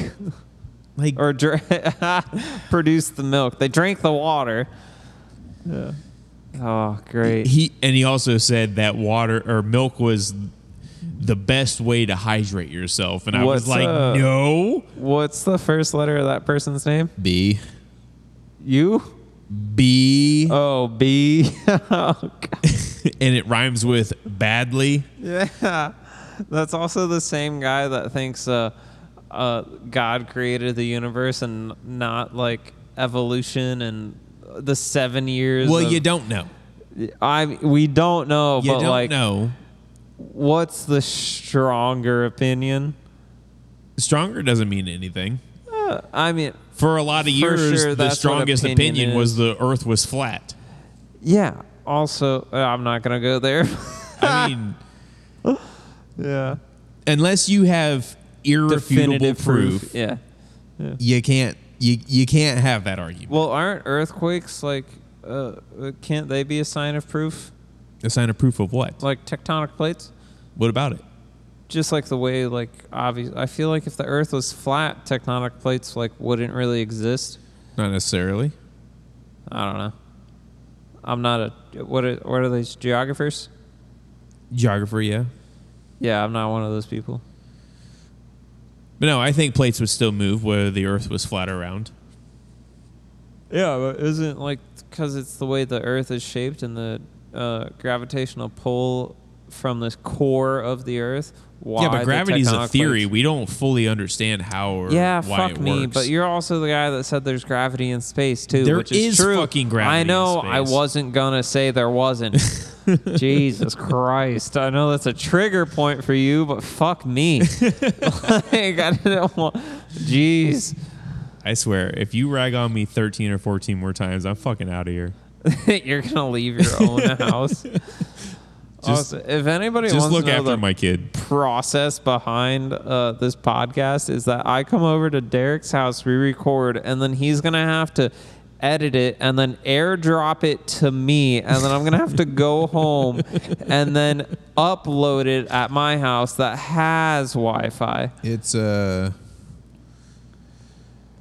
Speaker 4: like
Speaker 2: or dra- produced the milk? They drank the water. Yeah. Oh, great.
Speaker 4: he and he also said that water or milk was the best way to hydrate yourself and I
Speaker 2: What's
Speaker 4: was like
Speaker 2: up?
Speaker 4: no
Speaker 2: What's the first letter of that person's name?
Speaker 4: B
Speaker 2: You?
Speaker 4: B
Speaker 2: Oh, B. oh, God.
Speaker 4: and it rhymes with badly.
Speaker 2: yeah. That's also the same guy that thinks uh, uh, God created the universe and not like evolution and the seven years.
Speaker 4: Well,
Speaker 2: of-
Speaker 4: you don't know.
Speaker 2: I we don't know,
Speaker 4: You
Speaker 2: but
Speaker 4: don't
Speaker 2: like,
Speaker 4: know.
Speaker 2: what's the stronger opinion?
Speaker 4: Stronger doesn't mean anything.
Speaker 2: Uh, I mean,
Speaker 4: For a lot of years,
Speaker 2: sure,
Speaker 4: the
Speaker 2: that's what
Speaker 4: strongest
Speaker 2: opinion
Speaker 4: opinion,
Speaker 2: is.
Speaker 4: was the Earth was flat.
Speaker 2: yeah. Also, uh, I'm not gonna go there.
Speaker 4: I mean,
Speaker 2: yeah.
Speaker 4: unless you have irrefutable
Speaker 2: Definitive
Speaker 4: proof,
Speaker 2: proof. Yeah.
Speaker 4: you can't you you can't have that argument.
Speaker 2: Well, aren't earthquakes like? Uh, uh, can't they be a sign of proof?
Speaker 4: a sign of proof of what?
Speaker 2: like tectonic plates
Speaker 4: What about it?
Speaker 2: just like the way like obvious i feel like if the earth was flat tectonic plates like wouldn't really exist
Speaker 4: Not necessarily.
Speaker 2: I don't know. I'm not a what are what are these geographers?
Speaker 4: Geographer, yeah.
Speaker 2: Yeah, I'm not one of those people.
Speaker 4: But no, I think plates would still move whether the Earth was flat or round.
Speaker 2: Yeah, but isn't like because it's the way the Earth is shaped and the uh, gravitational pull from the core of the Earth. Why
Speaker 4: yeah, but
Speaker 2: the
Speaker 4: gravity's a
Speaker 2: tectonic
Speaker 4: theory.
Speaker 2: plates-
Speaker 4: We don't fully understand how or
Speaker 2: yeah,
Speaker 4: why
Speaker 2: fuck
Speaker 4: it
Speaker 2: me.
Speaker 4: works.
Speaker 2: But you're also the guy that said there's gravity in space too.
Speaker 4: There
Speaker 2: which
Speaker 4: is
Speaker 2: true.
Speaker 4: fucking gravity
Speaker 2: I
Speaker 4: in
Speaker 2: know. I
Speaker 4: space.
Speaker 2: wasn't gonna say there wasn't. Jesus Christ! I know that's a trigger point for you, but fuck me. like, I didn't want. Jeez.
Speaker 1: I swear, if you rag on me 13 or 14 more times, I'm fucking out of here.
Speaker 2: you're gonna leave your own house. also, if anybody
Speaker 1: Just
Speaker 2: wants
Speaker 1: look
Speaker 2: to know
Speaker 1: after
Speaker 2: the
Speaker 1: my kid.
Speaker 2: process behind uh, this podcast, is that I come over to Derek's house, we record, and then he's gonna have to edit it and then airdrop it to me, and then I'm gonna have to go home and then upload it at my house that has Wi-Fi.
Speaker 4: It's uh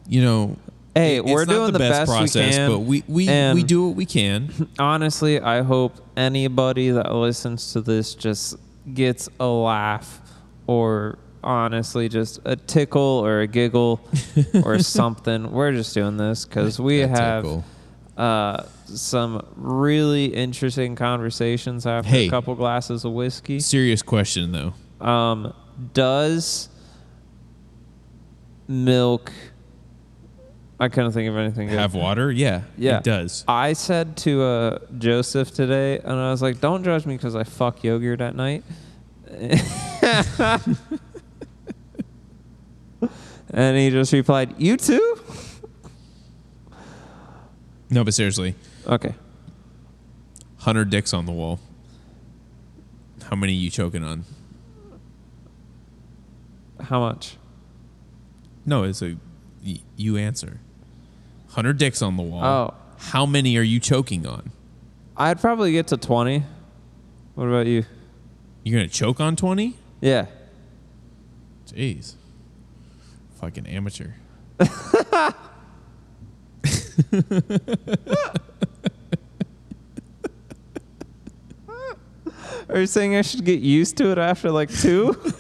Speaker 4: you know
Speaker 2: Hey,
Speaker 4: it-
Speaker 2: we're
Speaker 4: it's not
Speaker 2: doing
Speaker 4: the
Speaker 2: the
Speaker 4: best,
Speaker 2: best we
Speaker 4: process,
Speaker 2: can,
Speaker 4: but we we, we
Speaker 2: and-
Speaker 4: do what we can.
Speaker 2: honestly, I hope anybody that listens to this just gets a laugh or honestly just a tickle or a giggle or something. We're just doing this because we
Speaker 4: A
Speaker 2: have
Speaker 4: tickle.
Speaker 2: uh, some really interesting conversations after
Speaker 4: Hey.
Speaker 2: a couple glasses of whiskey.
Speaker 4: Serious question though.
Speaker 2: Um, does milk. I couldn't think of anything. good.
Speaker 4: Have water? Yeah.
Speaker 2: Yeah.
Speaker 4: It does.
Speaker 2: I said to uh, Joseph today, and I was like, don't judge me because I fuck yogurt at night. and he just replied, you too?
Speaker 4: No, but seriously.
Speaker 2: Okay.
Speaker 4: Hundred dicks on the wall. How many you choking on?
Speaker 2: How much?
Speaker 4: No, it's a y- you answer. Hundred dicks on the wall.
Speaker 2: Oh.
Speaker 4: How many are you choking on?
Speaker 2: I'd probably get to 20. What about you?
Speaker 4: You're gonna choke on twenty?
Speaker 2: Yeah.
Speaker 4: Jeez. Fucking amateur.
Speaker 2: Are you saying I should get used to it after like two?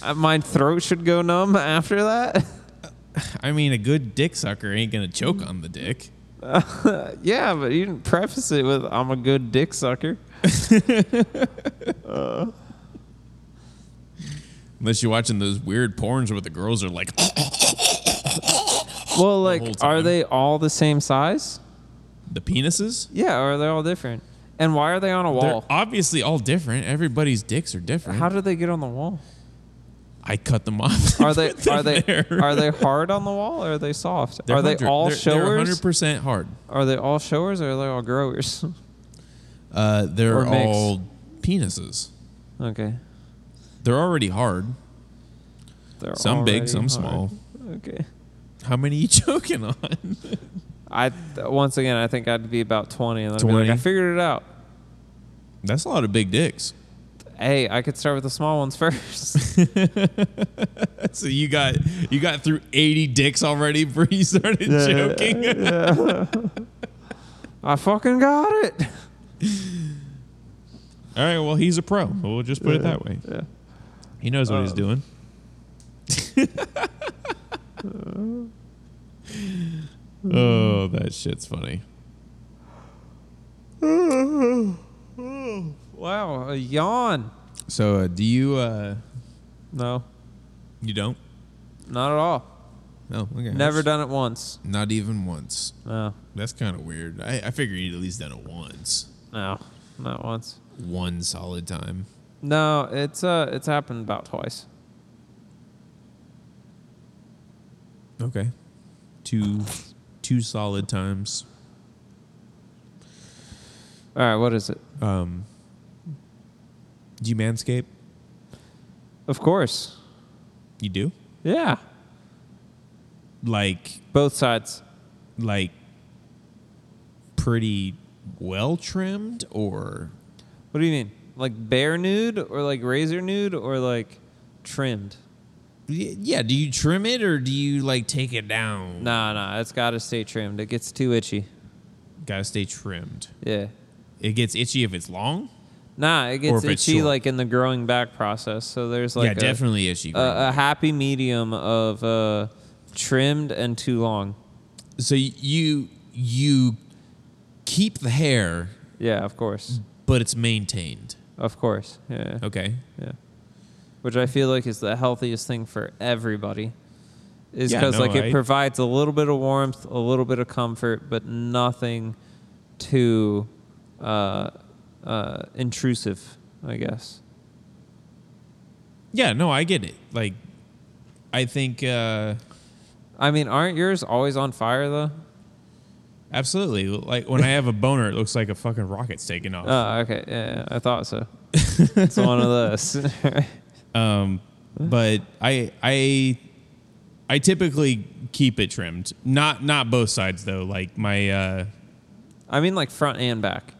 Speaker 2: Uh, My throat should go numb after that?
Speaker 4: I mean, a good dick sucker ain't gonna choke on the dick.
Speaker 2: yeah, but you didn't preface it with, I'm a good dick sucker.
Speaker 4: Unless you're watching those weird porns where the girls are like,
Speaker 2: Well,
Speaker 4: whole
Speaker 2: like, are
Speaker 4: time.
Speaker 2: they all the same size?
Speaker 4: the penises?
Speaker 2: Yeah, or are they all different? And why are they on a
Speaker 4: They're
Speaker 2: wall?
Speaker 4: obviously all different. Everybody's dicks are different.
Speaker 2: How did they get on the wall?
Speaker 4: I cut them off.
Speaker 2: Are they
Speaker 4: and put
Speaker 2: are they
Speaker 4: them there.
Speaker 2: are they hard on the wall or are they soft?
Speaker 4: They're
Speaker 2: are they
Speaker 4: 100
Speaker 2: all
Speaker 4: they're,
Speaker 2: showers?
Speaker 4: They're 100% hard.
Speaker 2: are they all showers or are they all growers?
Speaker 4: Uh, they're
Speaker 2: Or mixed.
Speaker 4: all penises.
Speaker 2: okay.
Speaker 4: They're already hard.
Speaker 2: They're
Speaker 4: Some big,
Speaker 2: already
Speaker 4: some small.
Speaker 2: hard. Okay.
Speaker 4: How many you choking on?
Speaker 2: I th- once again, I think I'd be about 20 and then I'd be
Speaker 4: 20?
Speaker 2: like I figured it out.
Speaker 4: That's a lot of big dicks.
Speaker 2: Hey, I could start with the small ones first.
Speaker 4: So you got you got through 80 dicks already before you started joking.
Speaker 2: I fucking got it.
Speaker 4: All right, well, he's a pro. We'll just put it that way.
Speaker 2: Yeah. Um,
Speaker 4: He knows what he's doing. oh, that shit's funny.
Speaker 2: Wow, a yawn.
Speaker 4: So, uh, do you uh
Speaker 2: No,
Speaker 4: you don't?
Speaker 2: not at all.
Speaker 4: No, okay.
Speaker 2: Never
Speaker 4: that's-
Speaker 2: done it once.
Speaker 4: Not even once.
Speaker 2: No,
Speaker 4: That's kind of weird. I, I figure you'd at least done it once.
Speaker 2: no, not once.
Speaker 4: One solid time.
Speaker 2: No, it's uh, it's happened about twice.
Speaker 4: Okay. Two two solid times.
Speaker 2: All right, what is it?
Speaker 4: Um Do you manscape?
Speaker 2: Of course.
Speaker 4: You do?
Speaker 2: Yeah.
Speaker 4: Like
Speaker 2: Both sides.
Speaker 4: like pretty well trimmed or
Speaker 2: What do you mean? Like bare nude or like razor nude or like trimmed?
Speaker 4: Y- Yeah, do you trim it or do you like take it down?
Speaker 2: Nah, nah, it's got to stay trimmed. It gets too itchy.
Speaker 4: Gotta stay trimmed.
Speaker 2: Yeah.
Speaker 4: It gets itchy if it's long.
Speaker 2: Nah, it
Speaker 4: Or
Speaker 2: gets
Speaker 4: if it's
Speaker 2: itchy
Speaker 4: short.
Speaker 2: like in the growing back process. So there's like
Speaker 4: yeah,
Speaker 2: a,
Speaker 4: definitely itchy.
Speaker 2: a, a happy medium of uh, trimmed and too long.
Speaker 4: so you you keep the hair,
Speaker 2: Yeah, of course,
Speaker 4: but it's maintained.
Speaker 2: of course. Yeah,
Speaker 4: Okay.
Speaker 2: yeah. Which I feel like is the healthiest thing for everybody, is
Speaker 4: Yeah,
Speaker 2: because
Speaker 4: no,
Speaker 2: like it
Speaker 4: I-
Speaker 2: provides a little bit of warmth, a little bit of comfort, but nothing too uh, uh, intrusive, I guess.
Speaker 4: Yeah, no, I get it. Like, I think uh,
Speaker 2: I mean, aren't yours always on fire though?
Speaker 4: absolutely. Like when I have a boner, it looks like a fucking rocket's taking off.
Speaker 2: Oh, okay. Yeah, yeah, I thought so. it's one of those.
Speaker 4: Um, but I I I typically keep it trimmed. Not not both sides though. Like my uh,
Speaker 2: I mean, like front and back.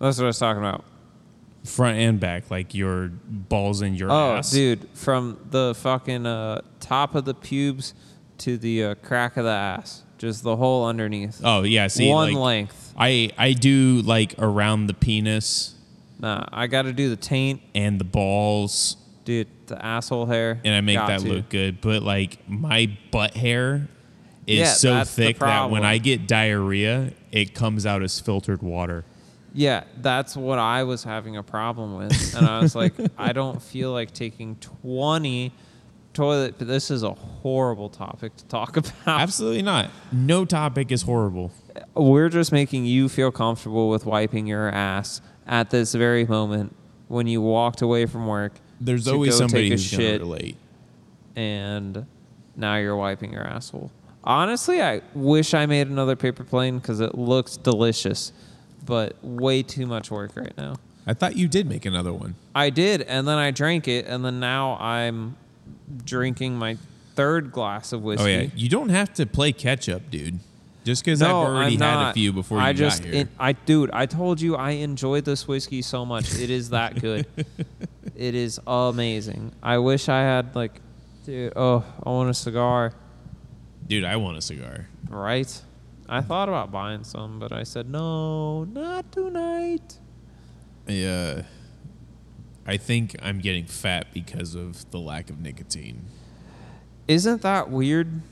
Speaker 2: That's what I was talking about.
Speaker 4: front and back, like your balls and your
Speaker 2: Oh,
Speaker 4: ass.
Speaker 2: dude, from the fucking uh, top of the pubes to the uh, crack of the ass, just the whole underneath.
Speaker 4: Oh yeah, see,
Speaker 2: one
Speaker 4: like,
Speaker 2: length.
Speaker 4: I I do like around the penis
Speaker 2: Nah, I got to do the taint,
Speaker 4: and the balls,
Speaker 2: dude. The asshole hair.
Speaker 4: and I make
Speaker 2: Got
Speaker 4: that
Speaker 2: to.
Speaker 4: look good. But like my butt hair is
Speaker 2: Yeah,
Speaker 4: so
Speaker 2: that's the
Speaker 4: thick that when
Speaker 2: problem.
Speaker 4: I get diarrhea, it comes out as filtered water.
Speaker 2: Yeah, that's what I was having a problem with. And I was like, I don't feel like taking 20 toilet. But this is a horrible topic to talk about.
Speaker 4: Absolutely not. No topic is horrible.
Speaker 2: We're just making you feel comfortable with wiping your ass at this very moment when you walked away from work.
Speaker 4: There's
Speaker 2: to
Speaker 4: always
Speaker 2: go
Speaker 4: somebody
Speaker 2: take a
Speaker 4: who's gonna
Speaker 2: shit,
Speaker 4: relate.
Speaker 2: and now you're wiping your asshole. Honestly, I wish I made another paper plane because it looks delicious, but way too much work right now.
Speaker 4: I thought you did make another one.
Speaker 2: I did, and then I drank it, and then now I'm drinking my third glass of whiskey.
Speaker 4: Oh yeah, you don't have to play catch up, dude. Just because
Speaker 2: No,
Speaker 4: I've already
Speaker 2: I'm
Speaker 4: had
Speaker 2: not.
Speaker 4: a few before
Speaker 2: I
Speaker 4: you
Speaker 2: just,
Speaker 4: got here.
Speaker 2: it- I dude, I told you I enjoyed this whiskey so much. It is that good. it is amazing. I wish I had like, dude. Oh, I want a cigar.
Speaker 4: dude, I want a cigar.
Speaker 2: Right. I thought about buying some, but I said no, not tonight.
Speaker 4: Yeah. I think I'm getting fat because of the lack of nicotine.
Speaker 2: Isn't that weird?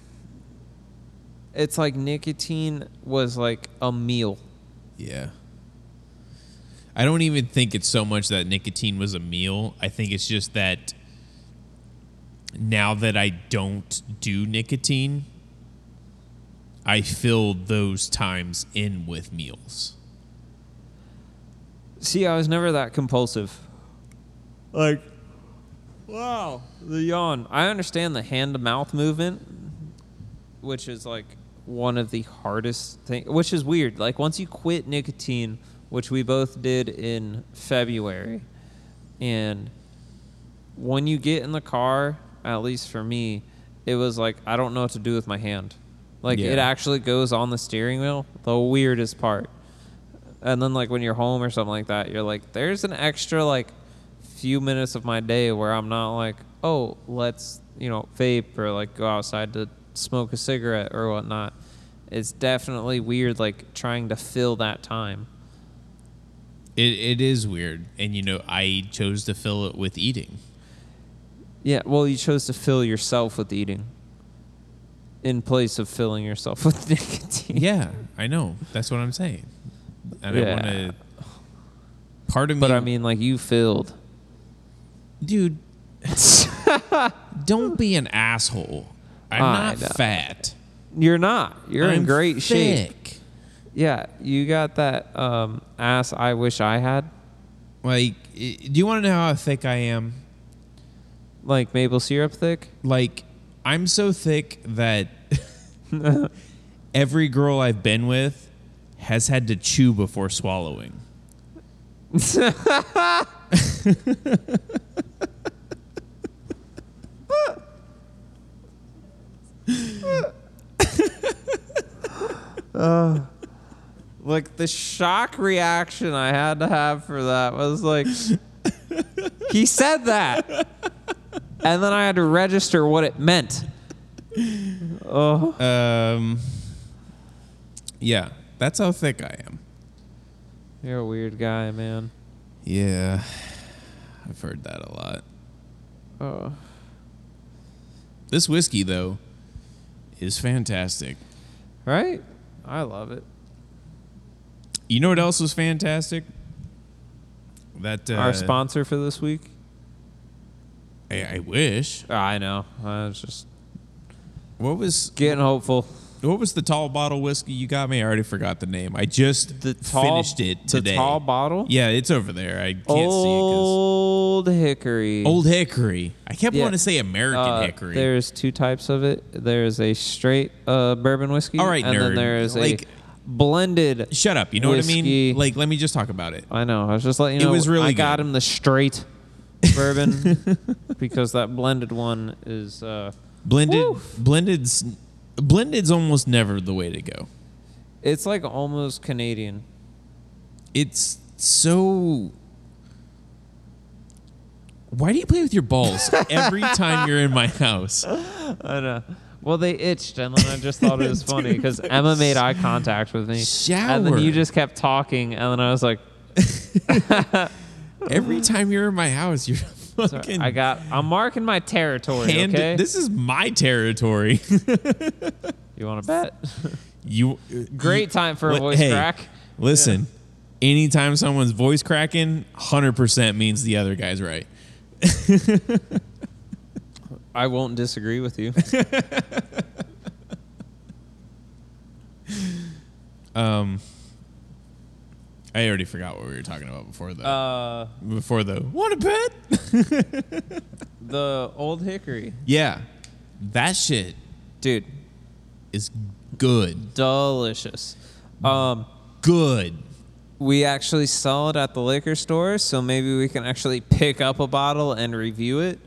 Speaker 2: It's like nicotine was like a meal.
Speaker 4: Yeah. I don't even think it's so much that nicotine was a meal. I think it's just that now that I don't do nicotine, I fill those times in with meals.
Speaker 2: See, I was never that compulsive. Like, wow, the yawn. I understand the hand to mouth movement, which is like one of the hardest thing. Which is weird. Like once you quit nicotine, which we both did in February, and when you get in the car, at least for me, it was like I don't know what to do with my hand. Like
Speaker 4: Yeah.
Speaker 2: it actually goes on the steering wheel. The weirdest part. And then like when you're home or something like that, you're like, there's an extra like few minutes of my day where I'm not like, oh, let's you know vape or like go outside to smoke a cigarette or whatnot. It's definitely weird like trying to fill that time.
Speaker 4: It, it is weird. And, you know, I chose to fill it with eating.
Speaker 2: Yeah, well, you chose to fill yourself with eating in place of filling yourself with nicotine.
Speaker 4: Yeah, I know. That's what I'm saying. I don't
Speaker 2: Yeah.
Speaker 4: want to. Part of me,
Speaker 2: But I mean, like you filled.
Speaker 4: dude, don't be an asshole. I'm
Speaker 2: I
Speaker 4: not
Speaker 2: know.
Speaker 4: fat.
Speaker 2: You're not. You're
Speaker 4: I'm
Speaker 2: in great shape.
Speaker 4: thick.
Speaker 2: Yeah, you got that um, ass I wish I had.
Speaker 4: Like, i- do you want to know how thick I am?
Speaker 2: like maple syrup thick.
Speaker 4: Like, I'm so thick that every girl I've been with has had to chew before swallowing.
Speaker 2: Uh, Like the shock reaction I had to have for that was like, he said that. and then I had to register what it meant. Oh,
Speaker 4: Um, yeah, that's how thick I am.
Speaker 2: you're a weird guy, man.
Speaker 4: Yeah, I've heard that a lot.
Speaker 2: Oh.
Speaker 4: This whiskey, though, is fantastic.
Speaker 2: Right? I love it.
Speaker 4: You know what else was fantastic? That uh,
Speaker 2: Our sponsor for this week. Ah,
Speaker 4: I, I wish.
Speaker 2: I know. I was just
Speaker 4: What was
Speaker 2: getting hopeful.
Speaker 4: what was the tall bottle whiskey you got me? I already forgot the name. I just
Speaker 2: The tall,
Speaker 4: finished it today.
Speaker 2: The tall bottle. Oh.
Speaker 4: Yeah, it's over there. I can't see
Speaker 2: Old
Speaker 4: it.
Speaker 2: hickory.
Speaker 4: 'cause- Old Hickory. I kept
Speaker 2: Yeah.
Speaker 4: wanting to say American
Speaker 2: Uh,
Speaker 4: Hickory.
Speaker 2: There's two types of it. There's a straight uh, bourbon whiskey.
Speaker 4: All right,
Speaker 2: and
Speaker 4: nerd.
Speaker 2: then there is
Speaker 4: Like-
Speaker 2: a blended.
Speaker 4: Shut up. You know what I
Speaker 2: Whiskey.
Speaker 4: mean? Like, let me just talk about it.
Speaker 2: I know. I was just letting you
Speaker 4: It
Speaker 2: know.
Speaker 4: was really
Speaker 2: I got
Speaker 4: good.
Speaker 2: him the straight bourbon because that blended one is. Uh,
Speaker 4: Blended,
Speaker 2: Woo.
Speaker 4: blended's, blended's almost never the way to go.
Speaker 2: it's like almost Canadian.
Speaker 4: It's so. Why do you play with your balls every time you're in my house?
Speaker 2: I know. Well, they itched, and then I just thought it was funny because Emma made eye contact with me, and then
Speaker 4: Shower.
Speaker 2: you just kept talking, and then I was like,
Speaker 4: Every time you're in my house, you're fucking.
Speaker 2: "I got, I'm marking my territory."
Speaker 4: hand-
Speaker 2: okay,
Speaker 4: This is my territory.
Speaker 2: you want to bet?
Speaker 4: you
Speaker 2: Great time for a
Speaker 4: Li-
Speaker 2: voice
Speaker 4: hey,
Speaker 2: crack.
Speaker 4: Listen, anytime someone's voice cracking, hundred percent means the other guy's right.
Speaker 2: I won't disagree with you.
Speaker 4: Um, I already forgot what we were talking about before the
Speaker 2: uh,
Speaker 4: before the want to bet.
Speaker 2: the old hickory,
Speaker 4: yeah, that shit
Speaker 2: dude,
Speaker 4: is good.
Speaker 2: delicious. Um,
Speaker 4: Good.
Speaker 2: we actually sell it at the liquor store, so maybe we can actually pick up a bottle and review it.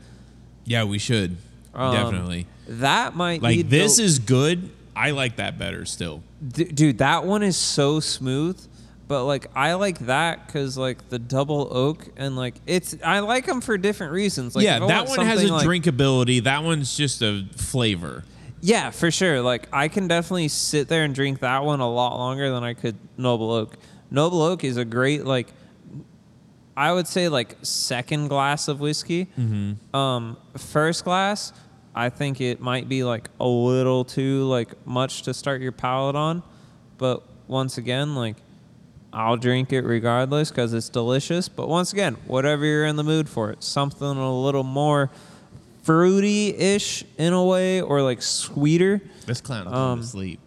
Speaker 4: Yeah, we should
Speaker 2: Um,
Speaker 4: definitely.
Speaker 2: That might be
Speaker 4: Like this
Speaker 2: the-
Speaker 4: is good. I like that better still.
Speaker 2: D- dude that one is so smooth but like i like that because like the double oak and like it's i like them for different reasons like
Speaker 4: yeah,
Speaker 2: if I
Speaker 4: that
Speaker 2: want
Speaker 4: one has a
Speaker 2: something, like-
Speaker 4: drinkability. That one's just a flavor.
Speaker 2: yeah for sure like i can definitely sit there and drink that one a lot longer than i could noble oak noble oak is a great like i would say like second glass of whiskey um first glass i think it might be like a little too like much to start your palate on but once again like I'll drink it regardless because it's delicious. But once again, whatever you're in the mood for, it's something a little more fruity ish in a way or like sweeter.
Speaker 4: This clown is
Speaker 2: Um,
Speaker 4: to sleep.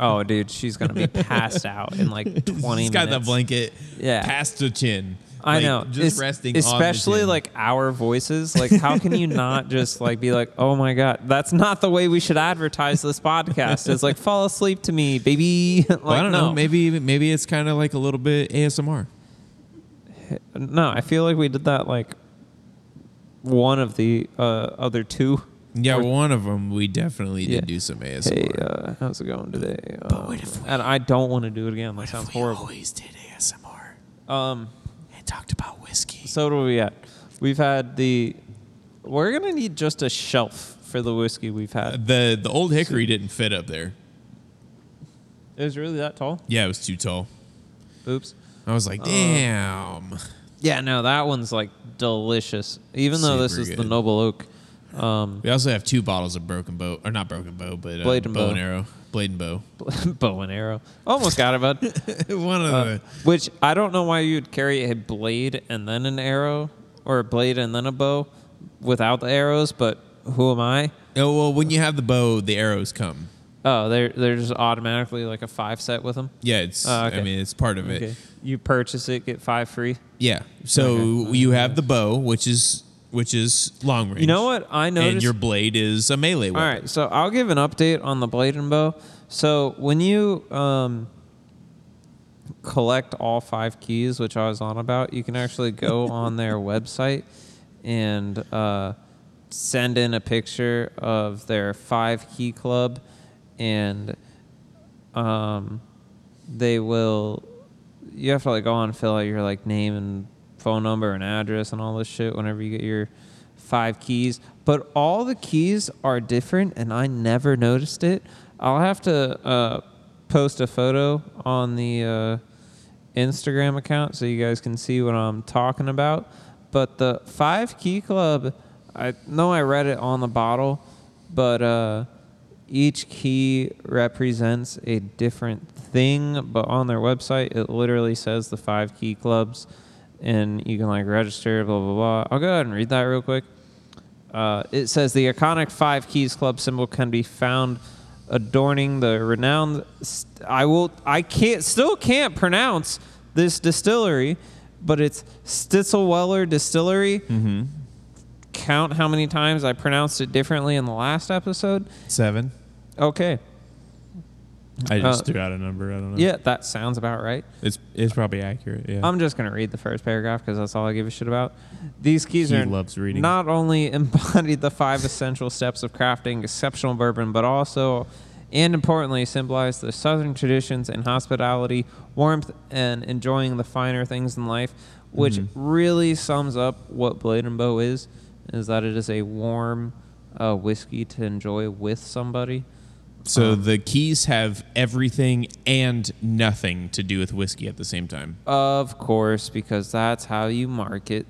Speaker 2: Oh, dude, she's going to be passed out in like 20
Speaker 4: He's
Speaker 2: minutes.
Speaker 4: got that blanket
Speaker 2: Yeah.
Speaker 4: past the chin.
Speaker 2: I
Speaker 4: like,
Speaker 2: know.
Speaker 4: Just
Speaker 2: Es-
Speaker 4: resting on the
Speaker 2: Especially
Speaker 4: chin.
Speaker 2: like our voices. Like, how can you not just like be like, oh my God, that's not the way we should advertise this podcast? It's like, fall asleep to me, baby. like,
Speaker 4: Well, I don't
Speaker 2: no.
Speaker 4: know. Maybe maybe it's kind of like a little bit ASMR.
Speaker 2: No, I feel like we did that like one of the uh, other two.
Speaker 4: Yeah, one of them we definitely did
Speaker 2: Yeah.
Speaker 4: do some ASMR.
Speaker 2: Hey, uh, how's it going today? Um,
Speaker 4: what if we-
Speaker 2: and I don't want to do it again. That sounds
Speaker 4: we
Speaker 2: horrible.
Speaker 4: always did ASMR
Speaker 2: Um,
Speaker 4: and talked about whiskey.
Speaker 2: so what are we at? We've had the. We're gonna need just a shelf for the whiskey we've had.
Speaker 4: The the old hickory didn't fit up there.
Speaker 2: It was really that tall.
Speaker 4: Yeah, it was too tall. Uh,
Speaker 2: Oops.
Speaker 4: I was like, damn.
Speaker 2: Yeah, no, that one's like delicious. Even though this
Speaker 4: Super
Speaker 2: is the
Speaker 4: good.
Speaker 2: noble oak. Um,
Speaker 4: we also have two bottles of broken bow, or not broken bow, but uh,
Speaker 2: Blade and
Speaker 4: bow
Speaker 2: Bow.
Speaker 4: and arrow, blade and bow.
Speaker 2: bow and arrow. Almost got it, bud.
Speaker 4: one of the
Speaker 2: Which I don't know why you'd carry a blade and then an arrow, or a blade and then a bow, without the arrows. But who am I?
Speaker 4: oh well, when you have the bow, the arrows come.
Speaker 2: Oh, they're they're just automatically like a five set with them.
Speaker 4: Yeah, it's.
Speaker 2: Oh, okay.
Speaker 4: I mean, it's part of it.
Speaker 2: Okay. You purchase it, get five free.
Speaker 4: Yeah. So
Speaker 2: Okay.
Speaker 4: you have the bow, which is which is long range.
Speaker 2: You know what I noticed?
Speaker 4: And your blade is a melee weapon.
Speaker 2: All right, so I'll give an update on the blade and bow. So when you um, collect all five keys, which I was on about, you can actually go on their website and uh, send in a picture of their five key club, and um, they will. You have to like go on and fill out your like name and phone number and address and all this shit whenever you get your five keys, but all the keys are different, and I never noticed it. I'll have to uh, post a photo on the uh, Instagram account so you guys can see what I'm talking about. But the five key club, I know I read it on the bottle, but uh, each key represents a different thing. But on their website, it literally says the five key clubs, and you can like register, blah, blah, blah. I'll go ahead and read that real quick. Uh, it says the iconic Five Keys Club symbol can be found adorning the renowned. St- I will. I can't. Still can't pronounce this distillery, but it's Stitzelweller Distillery. Mm-hmm. Count how many times I pronounced it differently in the last episode.
Speaker 4: Seven.
Speaker 2: Okay.
Speaker 4: I just
Speaker 2: Uh,
Speaker 4: threw out a number. I don't know.
Speaker 2: Yeah, that sounds about right.
Speaker 4: It's it's probably accurate. Yeah.
Speaker 2: I'm just going to read the first paragraph because that's all I give a shit about. These keys
Speaker 4: He
Speaker 2: are
Speaker 4: loves reading.
Speaker 2: not only embody the five essential steps of crafting exceptional bourbon, but also and importantly symbolize the southern traditions and hospitality, warmth, and enjoying the finer things in life, which
Speaker 4: Mm-hmm.
Speaker 2: really sums up what Blade and Bow is, is that it is a warm uh, whiskey to enjoy with somebody. Um,
Speaker 4: so
Speaker 2: uh-huh.
Speaker 4: the keys have everything and nothing to do with whiskey at the same time.
Speaker 2: Of course, because that's how you market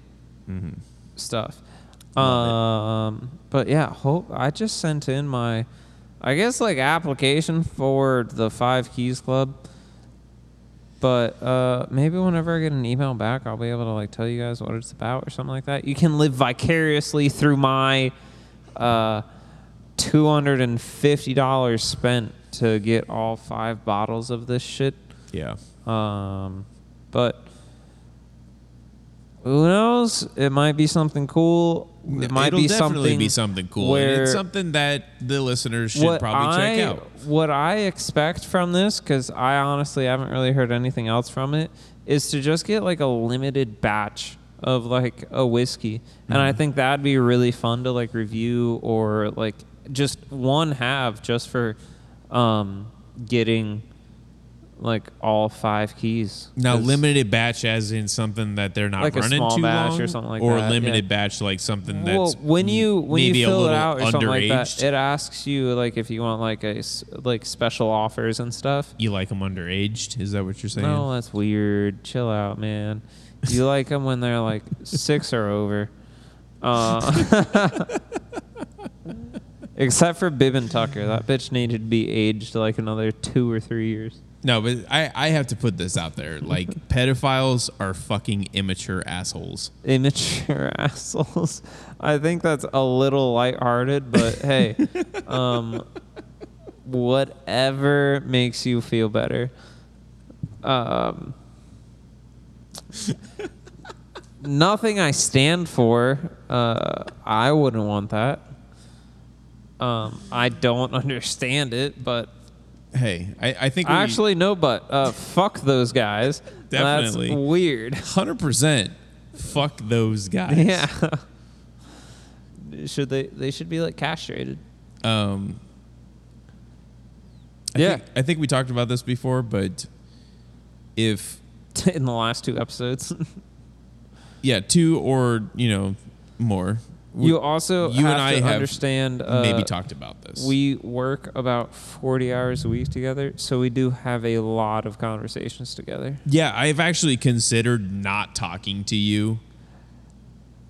Speaker 2: stuff. Um, but yeah, hope I just sent in my, I guess like application for the Five Keys Club. But uh, maybe whenever I get an email back, I'll be able to like tell you guys what it's about or something like that. You can live vicariously through my uh, two hundred and fifty dollars spent to get all five bottles of this shit.
Speaker 4: Yeah.
Speaker 2: Um, but who knows? It might be something cool. It might
Speaker 4: It'll
Speaker 2: be
Speaker 4: definitely
Speaker 2: something.
Speaker 4: be something cool. and
Speaker 2: Where
Speaker 4: it's something that the listeners should
Speaker 2: what
Speaker 4: probably
Speaker 2: I,
Speaker 4: check out.
Speaker 2: What I expect from this, because I honestly haven't really heard anything else from it, is to just get like a limited batch of like a whiskey, and
Speaker 4: Mm-hmm.
Speaker 2: I think that'd be really fun to like review or like just one have just for um, getting like all five keys.
Speaker 4: Now,
Speaker 2: 'Cause-
Speaker 4: limited batch as in something that they're not
Speaker 2: Like a
Speaker 4: running
Speaker 2: small
Speaker 4: too
Speaker 2: batch
Speaker 4: long,
Speaker 2: or something like
Speaker 4: or
Speaker 2: that, yeah.
Speaker 4: limited batch like something that's
Speaker 2: well, when you when
Speaker 4: maybe
Speaker 2: you
Speaker 4: a
Speaker 2: fill it
Speaker 4: little
Speaker 2: out or
Speaker 4: underaged.
Speaker 2: something like that, it asks you like if you want like a s- like special offers and stuff.
Speaker 4: you like them underaged? Is that what you're saying?
Speaker 2: No, that's weird. Chill out, man. You like them when they're like six or over. Uh, except for Bib and Tucker, that bitch needed to be aged like another two or three years.
Speaker 4: No, but I, I have to put this out there. Like pedophiles are fucking immature assholes.
Speaker 2: immature assholes. I think that's a little lighthearted, but hey, um, whatever makes you feel better. Um, nothing I stand for. Uh, I wouldn't want that. Um, I don't understand it, but
Speaker 4: Hey, I, I think we-
Speaker 2: actually no. But uh, fuck those guys.
Speaker 4: Definitely.
Speaker 2: That's weird.
Speaker 4: 100% fuck those guys.
Speaker 2: Yeah. should they? They should be like castrated.
Speaker 4: Um, I
Speaker 2: Yeah.
Speaker 4: Think, I think we talked about this before, but if,
Speaker 2: In the last two episodes,
Speaker 4: yeah, two or, you know, more, we
Speaker 2: you also
Speaker 4: you
Speaker 2: have
Speaker 4: and I
Speaker 2: to
Speaker 4: have
Speaker 2: understand. Uh,
Speaker 4: maybe talked about this.
Speaker 2: We work about forty hours a week together, so we do have a lot of conversations together.
Speaker 4: yeah, I've actually considered not talking to you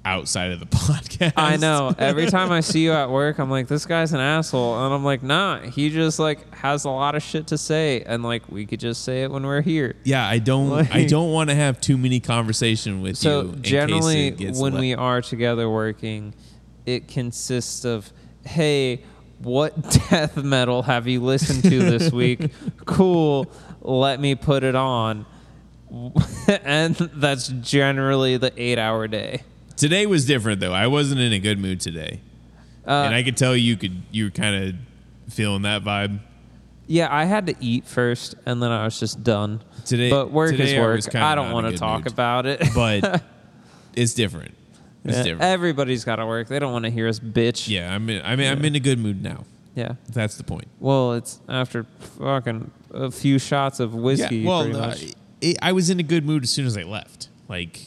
Speaker 4: outside of the podcast.
Speaker 2: I know. Every time I see you at work, I'm like, this guy's an asshole, and I'm like, nah. He just like has a lot of shit to say, and like we could just say it when we're here.
Speaker 4: Yeah, I don't. I
Speaker 2: Like-
Speaker 4: don't want to have too many conversation with
Speaker 2: so
Speaker 4: you. in case
Speaker 2: generally
Speaker 4: it gets
Speaker 2: when
Speaker 4: le-
Speaker 2: we are together working it consists of hey what death metal have you listened to this week cool let me put it on and that's generally the eight hour day
Speaker 4: today was different though. I wasn't in a good mood today,
Speaker 2: Uh,
Speaker 4: and I could tell you could you were kind of feeling that vibe
Speaker 2: yeah i had to eat first and then i was just done
Speaker 4: today.
Speaker 2: but work
Speaker 4: today
Speaker 2: is
Speaker 4: I
Speaker 2: work
Speaker 4: was kinda not
Speaker 2: i don't
Speaker 4: in a
Speaker 2: want to
Speaker 4: good
Speaker 2: talk
Speaker 4: mood.
Speaker 2: about it
Speaker 4: But it's different. It's
Speaker 2: Yeah,
Speaker 4: different.
Speaker 2: everybody's got to work they don't want to hear us bitch
Speaker 4: yeah, I'm. In, I'm. In, I'm in a good mood now.
Speaker 2: yeah
Speaker 4: That's the point.
Speaker 2: Well, it's after fucking a few shots of whiskey.
Speaker 4: yeah. Well,
Speaker 2: pretty
Speaker 4: uh,
Speaker 2: much.
Speaker 4: it, I was in a good mood as soon as I left. Like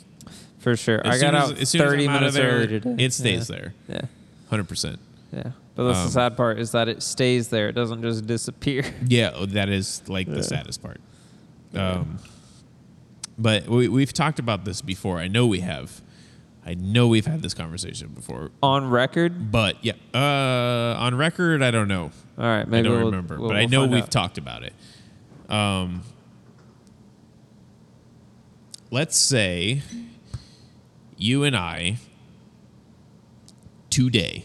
Speaker 2: for sure.
Speaker 4: As
Speaker 2: I
Speaker 4: soon
Speaker 2: got
Speaker 4: as-
Speaker 2: out
Speaker 4: as soon as
Speaker 2: thirty
Speaker 4: I'm out of
Speaker 2: minutes
Speaker 4: there,
Speaker 2: early today.
Speaker 4: It stays there,
Speaker 2: Yeah. yeah.
Speaker 4: hundred percent.
Speaker 2: Yeah. But that's
Speaker 4: Um,
Speaker 2: the sad part is that it stays there. It doesn't just disappear.
Speaker 4: Yeah, oh, that is like the saddest part. Um, but we, we've talked about this before. I know we have. I know we've had this conversation before.
Speaker 2: On record?
Speaker 4: But yeah, uh, on record, I don't know.
Speaker 2: All right, maybe
Speaker 4: I don't
Speaker 2: we'll-
Speaker 4: remember,
Speaker 2: we'll-
Speaker 4: but I
Speaker 2: we'll
Speaker 4: know
Speaker 2: find
Speaker 4: we've
Speaker 2: out.
Speaker 4: talked about it. Um, let's say you and I today,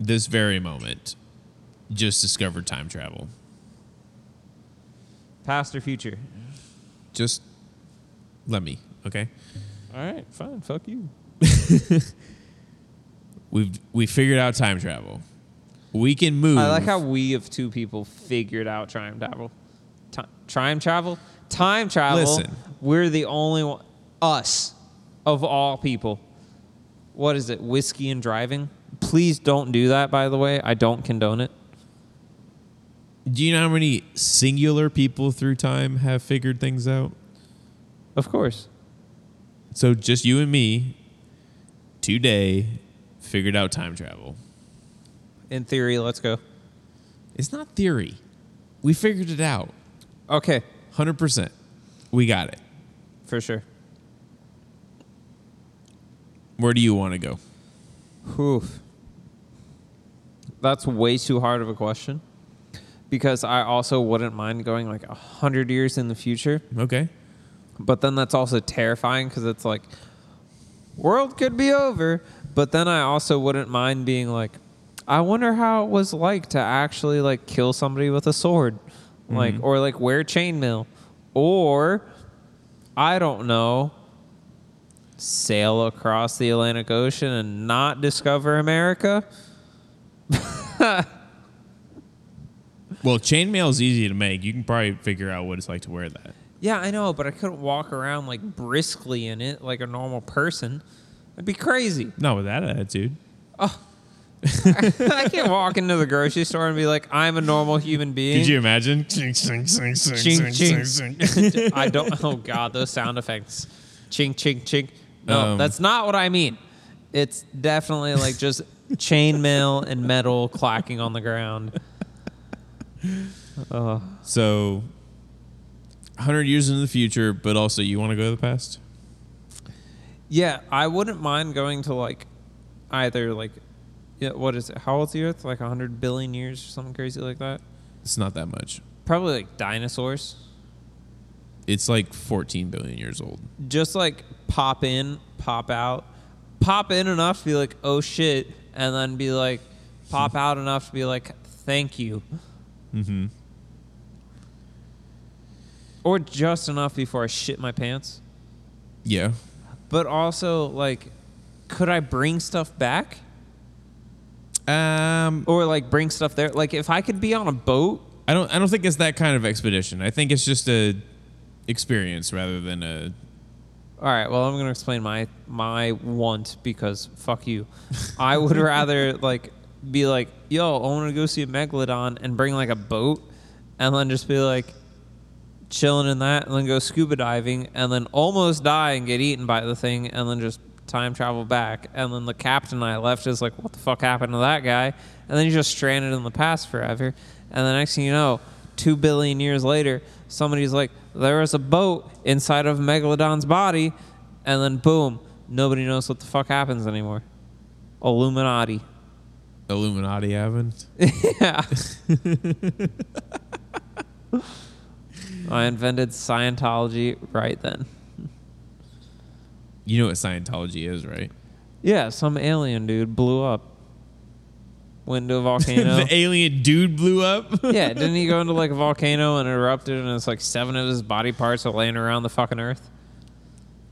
Speaker 4: this very moment, just discovered time travel.
Speaker 2: Past or future?
Speaker 4: Just let me, okay?
Speaker 2: All right, fine. Fuck you.
Speaker 4: We've we figured out time travel. We can move.
Speaker 2: I like how we of two people figured out time travel. Ti- Time travel? Time travel.
Speaker 4: Listen.
Speaker 2: We're the only one, us, of all people. What is it? Whiskey and driving? Please don't do that, by the way. I don't condone it.
Speaker 4: Do you know how many singular people through time have figured things out?
Speaker 2: Of course.
Speaker 4: So just you and me today figured out time travel.
Speaker 2: In theory, let's go.
Speaker 4: It's not theory. We figured it out.
Speaker 2: Okay,
Speaker 4: 100%. We got it.
Speaker 2: for sure.
Speaker 4: Where do you want to go?
Speaker 2: Whew. That's way too hard of a question because I also wouldn't mind going like 100 years in the future.
Speaker 4: Okay.
Speaker 2: But then that's also terrifying because it's like, world could be over. But then I also wouldn't mind being like, I wonder how it was like to actually like kill somebody with a sword, like or like wear chainmail, or I don't know, sail across the Atlantic Ocean and not discover America.
Speaker 4: Well, chainmail is easy to make. You can probably figure out what it's like to wear that.
Speaker 2: Yeah, I know, but I couldn't walk around like briskly in it like a normal person. That'd be crazy.
Speaker 4: Not with that attitude.
Speaker 2: I can't walk into the grocery store and be like, I'm a normal human being.
Speaker 4: Could you imagine?
Speaker 2: Ching, ching. I don't. Oh God, those sound effects. Chink, chink, chink. No,
Speaker 4: Um,
Speaker 2: that's not what I mean. It's definitely like just chainmail and metal clacking on the ground.
Speaker 4: So, 100 years into the future, but also you want to go to the past?
Speaker 2: Yeah, I wouldn't mind going to like either like, yeah, what is it? How old's the Earth? Like 100 billion years or something crazy like that.
Speaker 4: It's not that much.
Speaker 2: Probably like dinosaurs.
Speaker 4: It's like 14 billion years old.
Speaker 2: just like pop in, pop out, pop in enough to be like, oh shit, and then be like, pop out enough to be like, thank you. Mm-hmm. Or just enough before I shit my pants.
Speaker 4: Yeah.
Speaker 2: But also, like, could I bring stuff back?
Speaker 4: Um,
Speaker 2: Or like bring stuff there? Like, if I could be on a boat,
Speaker 4: I don't. I don't think it's that kind of expedition. I think it's just a experience rather than a.
Speaker 2: All right. Well, I'm gonna explain my my want because fuck you. I would rather like be like, yo, I want to go see a megalodon and bring like a boat, and then just be like chilling in that, and then go scuba diving, and then almost die and get eaten by the thing, and then just time travel back, and then the captain I left is like, what the fuck happened to that guy? And then you're just stranded in the past forever, and the next thing you know, two billion years later, somebody's like, there was a boat inside of Megalodon's body, and then boom, nobody knows what the fuck happens anymore. Illuminati.
Speaker 4: Illuminati Avon.
Speaker 2: yeah. I invented Scientology right then.
Speaker 4: You know what Scientology is, right?
Speaker 2: Yeah, some alien dude blew up. Window volcano.
Speaker 4: the alien dude blew up.
Speaker 2: yeah, didn't he go into like a volcano and it erupted and it's like seven of his body parts are laying around the fucking earth?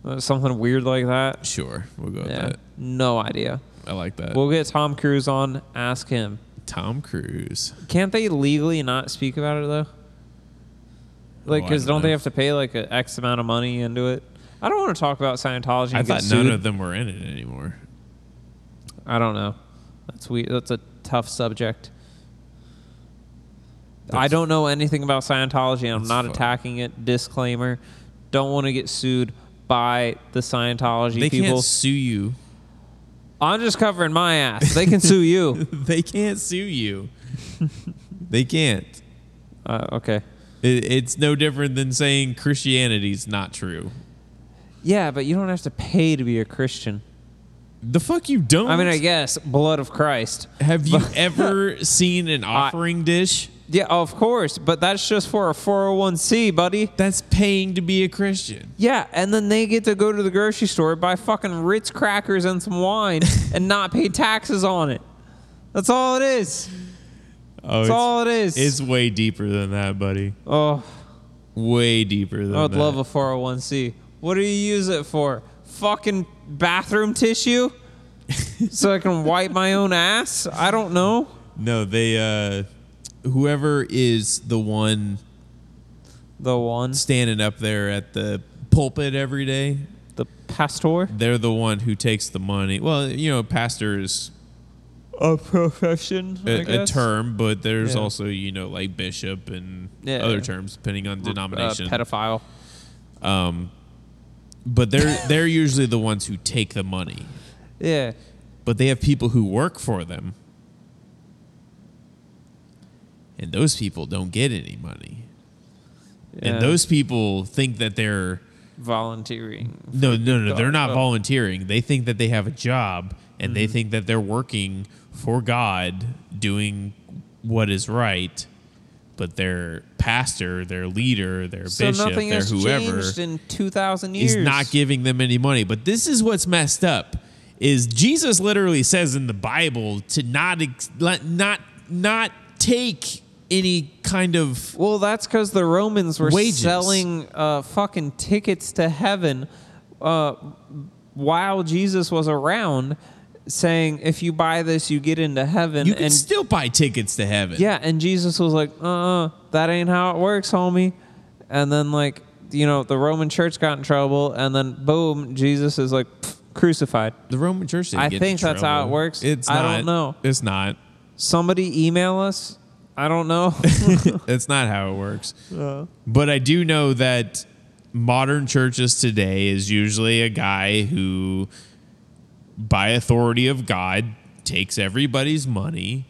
Speaker 2: Uh, Something weird like that.
Speaker 4: sure, we'll go with
Speaker 2: Yeah.
Speaker 4: that.
Speaker 2: No idea.
Speaker 4: I like that.
Speaker 2: We'll get Tom Cruise on, ask him.
Speaker 4: Tom Cruise.
Speaker 2: Can't they legally not speak about it though? Like,
Speaker 4: Oh, I
Speaker 2: because
Speaker 4: don't know.
Speaker 2: don't, they have to pay like an X amount of money into it? I don't want to talk about Scientology. And
Speaker 4: I
Speaker 2: get
Speaker 4: thought none
Speaker 2: sued.
Speaker 4: of them were in it anymore.
Speaker 2: I don't know. That's weird. That's a tough subject. I
Speaker 4: That's-
Speaker 2: don't know anything about Scientology. I'm
Speaker 4: That's
Speaker 2: not
Speaker 4: fucked.
Speaker 2: attacking it. Disclaimer. Don't want to get sued. by the Scientology
Speaker 4: They
Speaker 2: people.
Speaker 4: can't sue you.
Speaker 2: I'm just covering my ass. They can sue you.
Speaker 4: They can't sue you. they can't.
Speaker 2: Uh, okay.
Speaker 4: It, it's no different than saying Christianity's not true.
Speaker 2: Yeah, but you don't have to pay to be a Christian.
Speaker 4: The fuck you don't.
Speaker 2: I mean, I guess blood of Christ.
Speaker 4: have you ever seen an offering dish
Speaker 2: Yeah, of course, but that's just for a 401c, buddy.
Speaker 4: that's paying to be a Christian?
Speaker 2: Yeah, and then they get to go to the grocery store, buy fucking Ritz crackers and some wine, and not pay taxes on it. That's all it is.
Speaker 4: Oh,
Speaker 2: That's all it is.
Speaker 4: It's way deeper than that, buddy.
Speaker 2: oh,
Speaker 4: Way deeper than
Speaker 2: I would
Speaker 4: that.
Speaker 2: Oh, love a 401c. What do you use it for? Fucking bathroom tissue? so I can wipe my own ass? I don't know.
Speaker 4: no, they uh whoever is the one
Speaker 2: The one,
Speaker 4: standing up there at the pulpit every day,
Speaker 2: the pastor.
Speaker 4: they're the one who takes the money. Well, you know, pastor is
Speaker 2: A profession, I
Speaker 4: a, a
Speaker 2: guess? Uh,
Speaker 4: term, but there's
Speaker 2: Yeah.
Speaker 4: also, you know, like bishop and
Speaker 2: Yeah.
Speaker 4: other terms depending on
Speaker 2: Uh,
Speaker 4: denomination.
Speaker 2: pedophile.
Speaker 4: but they're they're usually the ones who take the money.
Speaker 2: Yeah.
Speaker 4: But they have people who work for them. And those people don't get any money.
Speaker 2: yeah.
Speaker 4: And those people think that they're
Speaker 2: volunteering.
Speaker 4: no, no, no. They're not
Speaker 2: Oh.
Speaker 4: volunteering. They think that they have a job, and
Speaker 2: Mm-hmm.
Speaker 4: they think that they're working for God, doing what is right. But their pastor, their leader, their
Speaker 2: So
Speaker 4: bishop,
Speaker 2: nothing
Speaker 4: their
Speaker 2: has
Speaker 4: whoever
Speaker 2: changed in 2,000 years.
Speaker 4: is not giving them any money. But this is what's messed up: is Jesus literally says in the Bible to not ex- let- not not take any kind of
Speaker 2: Well, that's because the Romans were
Speaker 4: Wages.
Speaker 2: selling uh, fucking tickets to heaven uh, while Jesus was around, saying, if you buy this, you get into heaven.
Speaker 4: you can
Speaker 2: and
Speaker 4: still buy tickets to heaven.
Speaker 2: yeah, and Jesus was like, uh uh, that ain't how it works, homie. And then, like, you know, the Roman church got in trouble, and then boom, Jesus is like, "Pfft, crucified.
Speaker 4: The Roman Church. Didn't
Speaker 2: I
Speaker 4: get in
Speaker 2: think that's how
Speaker 4: trouble.
Speaker 2: it works.
Speaker 4: It's
Speaker 2: I
Speaker 4: not,
Speaker 2: don't know.
Speaker 4: It's not.
Speaker 2: Somebody email us. I don't know.
Speaker 4: That's not how it works.
Speaker 2: Uh-huh.
Speaker 4: But I do know that modern churches today is usually a guy who, by authority of God, takes everybody's money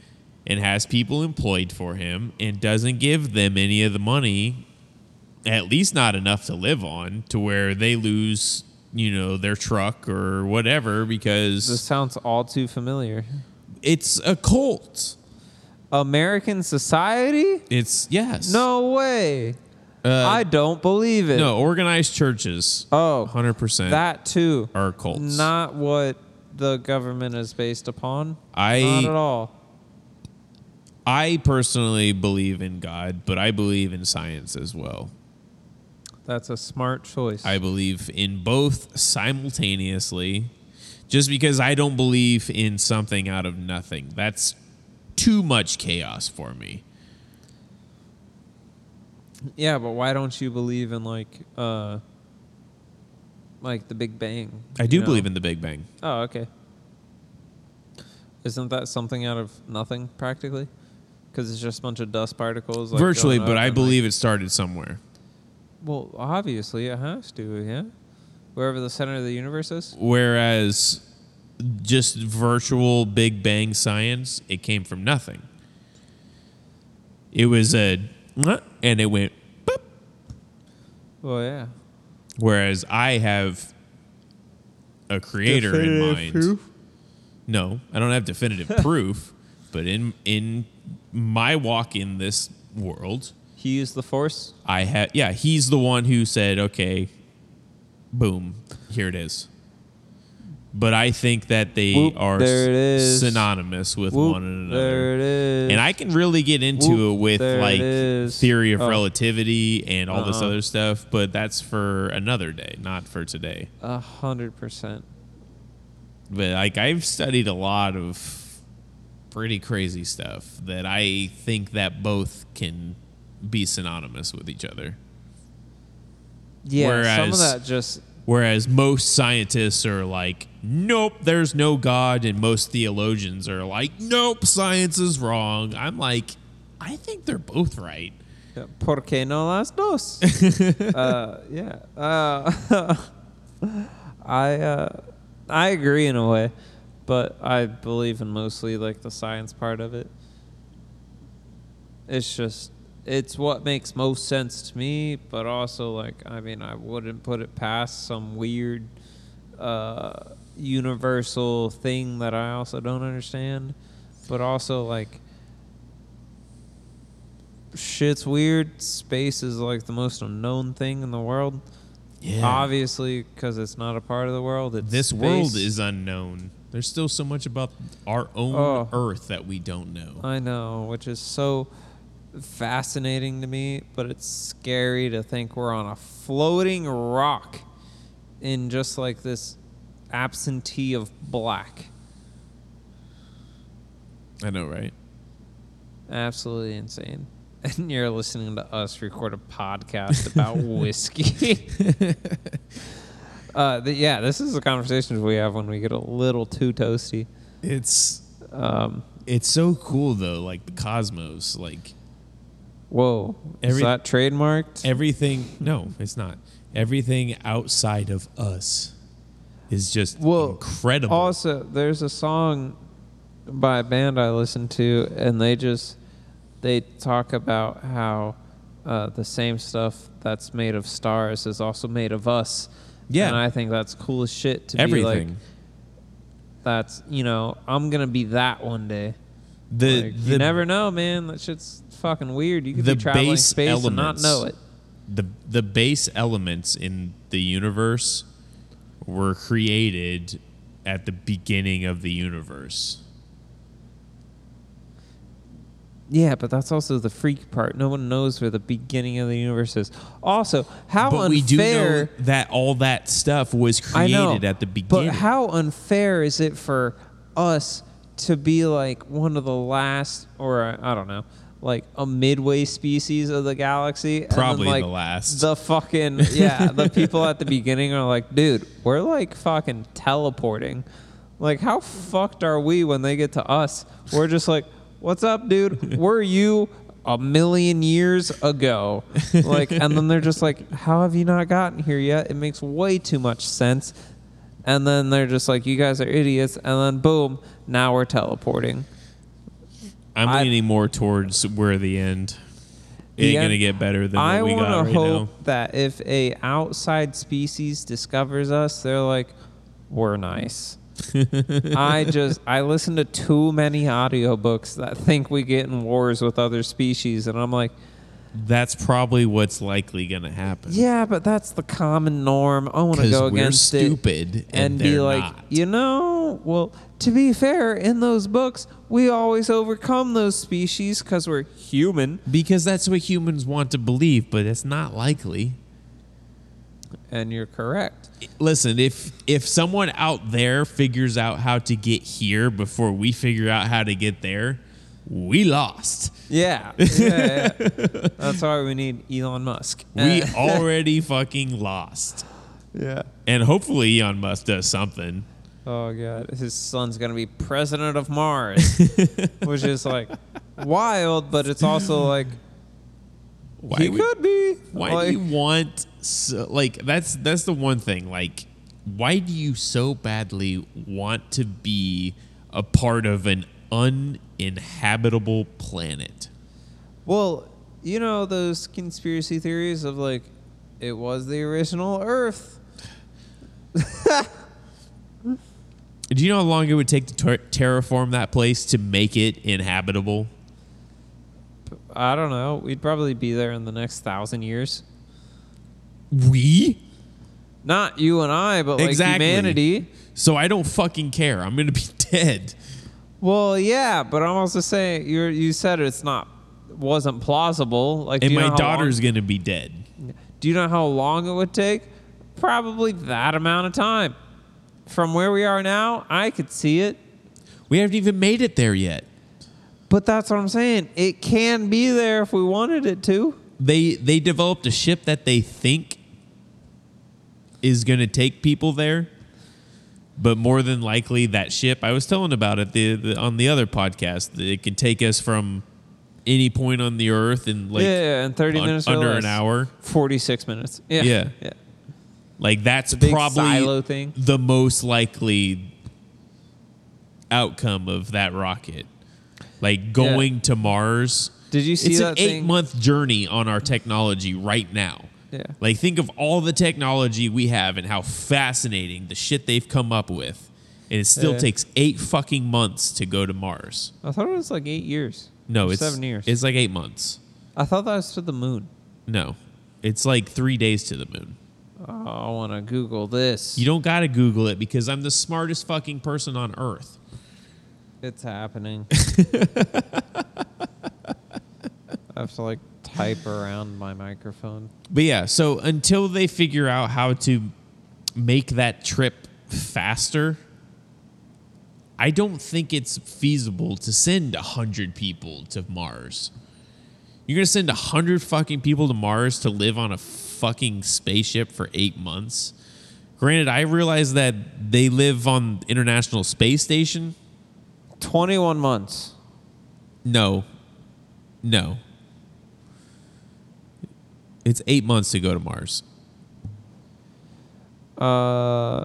Speaker 4: and has people employed for him and doesn't give them any of the money, at least not enough to live on, to where they lose, you know, their truck or whatever because
Speaker 2: this sounds all too familiar.
Speaker 4: it's a cult.
Speaker 2: American society?
Speaker 4: It's yes.
Speaker 2: No way. I don't believe it.
Speaker 4: Uh, No, organized churches.
Speaker 2: Oh,
Speaker 4: 100%.
Speaker 2: that too.
Speaker 4: are cults.
Speaker 2: Not what the government is based upon.
Speaker 4: I-
Speaker 2: Not at all.
Speaker 4: I personally believe in God, but I believe in science as well.
Speaker 2: That's a smart choice.
Speaker 4: I believe in both simultaneously just because I don't believe in something out of nothing. That's too much chaos for me.
Speaker 2: yeah, but why don't you believe in like uh like the Big Bang?
Speaker 4: I do believe in the Big Bang.
Speaker 2: Oh, okay. Isn't that something out of nothing practically? Because it's just a bunch of dust particles. Like,
Speaker 4: Virtually,
Speaker 2: going
Speaker 4: but
Speaker 2: up
Speaker 4: I
Speaker 2: and, like-
Speaker 4: believe it started somewhere.
Speaker 2: Well, obviously it has to, yeah. Wherever the center of the universe is.
Speaker 4: Whereas just virtual Big Bang science, it came from nothing. It was a and it went boop.
Speaker 2: Well, yeah.
Speaker 4: Whereas I have a creator in mind. No, I don't have definitive proof, but in in my walk in this world,
Speaker 2: He used the force.
Speaker 4: I had yeah, he's the one who said, "Okay, boom, here it is." But I think that they
Speaker 2: Whoop,
Speaker 4: are
Speaker 2: there it is.
Speaker 4: synonymous with
Speaker 2: Whoop,
Speaker 4: one another.
Speaker 2: there it is.
Speaker 4: And I can really get into
Speaker 2: Whoop,
Speaker 4: it with
Speaker 2: there it
Speaker 4: like
Speaker 2: is.
Speaker 4: theory of
Speaker 2: Oh.
Speaker 4: relativity and all this
Speaker 2: Uh-uh.
Speaker 4: other stuff, but that's for another day, not for today.
Speaker 2: a hundred percent.
Speaker 4: But like I've studied a lot of pretty crazy stuff that I think that both can be synonymous with each other.
Speaker 2: Yeah, some
Speaker 4: Whereas-
Speaker 2: of that just
Speaker 4: Whereas most scientists are like, nope, there's no God. And most theologians are like, nope, science is wrong. I'm like, I think they're both right.
Speaker 2: porque no las dos. uh, yeah. Uh, I uh, I agree in a way, but I believe in mostly like the science part of it. It's just it's what makes most sense to me, but also like I mean I wouldn't put it past some weird uh, universal thing that I also don't understand, but also like shit's weird. Space is like the most unknown thing in the world.
Speaker 4: Yeah.
Speaker 2: Obviously, because it's not a part of the world. It's
Speaker 4: This world
Speaker 2: space.
Speaker 4: is unknown. There's still so much about our own
Speaker 2: Oh.
Speaker 4: Earth that we don't know.
Speaker 2: I know, which is so fascinating to me, but it's scary to think we're on a floating rock in just like this absentee of black.
Speaker 4: I know, right?
Speaker 2: Absolutely insane. And you're listening to us record a podcast about whiskey. uh, th- yeah, this is the conversations we have when we get a little too toasty.
Speaker 4: It's
Speaker 2: Um,
Speaker 4: it's so cool though, like the cosmos, like
Speaker 2: whoa, is
Speaker 4: Every-
Speaker 2: that trademarked?
Speaker 4: everything. No, it's not. Everything outside of us is just
Speaker 2: Well,
Speaker 4: incredible.
Speaker 2: Also, there's a song by a band I listen to, and they just they talk about how uh, the same stuff that's made of stars is also made of us.
Speaker 4: Yeah.
Speaker 2: and I think that's cool as shit to be
Speaker 4: everything.
Speaker 2: like. That's you know I'm gonna be that one day.
Speaker 4: the
Speaker 2: Like,
Speaker 4: the
Speaker 2: you never know, man. That shit's fucking weird. You could
Speaker 4: the
Speaker 2: be traveling
Speaker 4: base
Speaker 2: space
Speaker 4: elements,
Speaker 2: and not know it.
Speaker 4: The the base elements in the universe were created at the beginning of the universe.
Speaker 2: Yeah, but that's also the freak part. No one knows where the beginning of the universe is. Also, how
Speaker 4: but
Speaker 2: unfair
Speaker 4: we do know that all that stuff was
Speaker 2: I
Speaker 4: created
Speaker 2: know,
Speaker 4: at the beginning.
Speaker 2: But how unfair is it for us to be like one of the last, or uh, I don't know, like a midway species of the galaxy? and then,
Speaker 4: Probably the
Speaker 2: like,
Speaker 4: last.
Speaker 2: The fucking yeah, the people at the beginning are like, dude, we're like fucking teleporting. Like, how fucked are we when they get to us? We're just like, what's up, dude? Were you? A million years ago, like, and then they're just like, "How have you not gotten here yet?" It makes way too much sense and then they're just like, "You guys are idiots," and then boom, now we're teleporting.
Speaker 4: I'm
Speaker 2: I-
Speaker 4: leaning more towards we're the end. It
Speaker 2: The
Speaker 4: ain't
Speaker 2: end-
Speaker 4: gonna get better than
Speaker 2: I
Speaker 4: what we got
Speaker 2: want
Speaker 4: right
Speaker 2: to hope
Speaker 4: now.
Speaker 2: that if a outside species discovers us, they're like, "We're nice." I just I listen to too many audiobooks that think we get in wars with other species, and I'm like,
Speaker 4: That's probably what's likely gonna happen.
Speaker 2: "Yeah, but that's the common norm. I want to
Speaker 4: 'Cause
Speaker 2: go
Speaker 4: we're
Speaker 2: against it."
Speaker 4: stupid and,
Speaker 2: and be
Speaker 4: they're
Speaker 2: like,
Speaker 4: not.
Speaker 2: you know, well, to be fair, in those books, we always overcome those species because we're human.
Speaker 4: because that's what humans want to believe, but it's not likely.
Speaker 2: And you're correct.
Speaker 4: Listen, if if someone out there figures out how to get here before we figure out how to get there, we lost.
Speaker 2: Yeah. yeah, yeah. That's why we need Elon Musk.
Speaker 4: We
Speaker 2: Uh,
Speaker 4: already fucking lost.
Speaker 2: yeah.
Speaker 4: And hopefully Elon Musk does something.
Speaker 2: Oh, God. His son's going to be president of Mars, which is like wild, but it's also like,
Speaker 4: Why
Speaker 2: he
Speaker 4: would-
Speaker 2: could be.
Speaker 4: Why
Speaker 2: like,
Speaker 4: do you want so, like that's that's the one thing like why do you so badly want to be a part of an uninhabitable planet?
Speaker 2: Well, you know those conspiracy theories of like it was the original Earth.
Speaker 4: Do you know how long it would take to ter- terraform that place to make it inhabitable?
Speaker 2: I don't know. We'd probably be there in the next thousand years.
Speaker 4: We
Speaker 2: Not you and I, but like
Speaker 4: Exactly.
Speaker 2: humanity.
Speaker 4: so I don't fucking care. I'm gonna be dead.
Speaker 2: Well, yeah, but I'm also saying you you said it's not wasn't plausible. Like, do
Speaker 4: And
Speaker 2: you know
Speaker 4: my
Speaker 2: how
Speaker 4: daughter's gonna be dead.
Speaker 2: Long, do you know how long it would take? Probably that amount of time. From where we are now, I could see it.
Speaker 4: We haven't even made it there yet.
Speaker 2: But that's what I'm saying. It can be there if we wanted it to.
Speaker 4: they they developed a ship that they think is going to take people there but more than likely that ship i was telling about it the, the on the other podcast that it can take us from any point on the earth in like
Speaker 2: yeah, yeah, in 30
Speaker 4: un-
Speaker 2: minutes or
Speaker 4: under an
Speaker 2: less.
Speaker 4: hour
Speaker 2: 46 minutes. Yeah.
Speaker 4: Yeah.
Speaker 2: Yeah.
Speaker 4: Like that's
Speaker 2: big
Speaker 4: probably
Speaker 2: silo thing?
Speaker 4: the most likely outcome of that rocket. Like going to Mars.
Speaker 2: Did you see
Speaker 4: it's an
Speaker 2: that
Speaker 4: eight
Speaker 2: thing?
Speaker 4: month journey on our technology right now.
Speaker 2: Yeah.
Speaker 4: Like think of all the technology we have and how fascinating the shit they've come up with. And it still
Speaker 2: Yeah.
Speaker 4: takes eight fucking months to go to Mars.
Speaker 2: I thought it was like eight years.
Speaker 4: No,
Speaker 2: Or
Speaker 4: it's
Speaker 2: seven years.
Speaker 4: It's like eight months.
Speaker 2: I thought that was to the moon.
Speaker 4: No, it's like three days to the moon.
Speaker 2: Oh, I want to Google this.
Speaker 4: You don't gotta Google it because I'm the smartest fucking person on earth.
Speaker 2: It's happening. I have to like type around my microphone.
Speaker 4: But yeah, so until they figure out how to make that trip faster, I don't think it's feasible to send 100 people to Mars. You're going to send 100 fucking people to Mars to live on a fucking spaceship for eight months? Granted, I realize that they live on International Space Station.
Speaker 2: 21 months.
Speaker 4: No. No. It's eight months to go to Mars.
Speaker 2: Uh,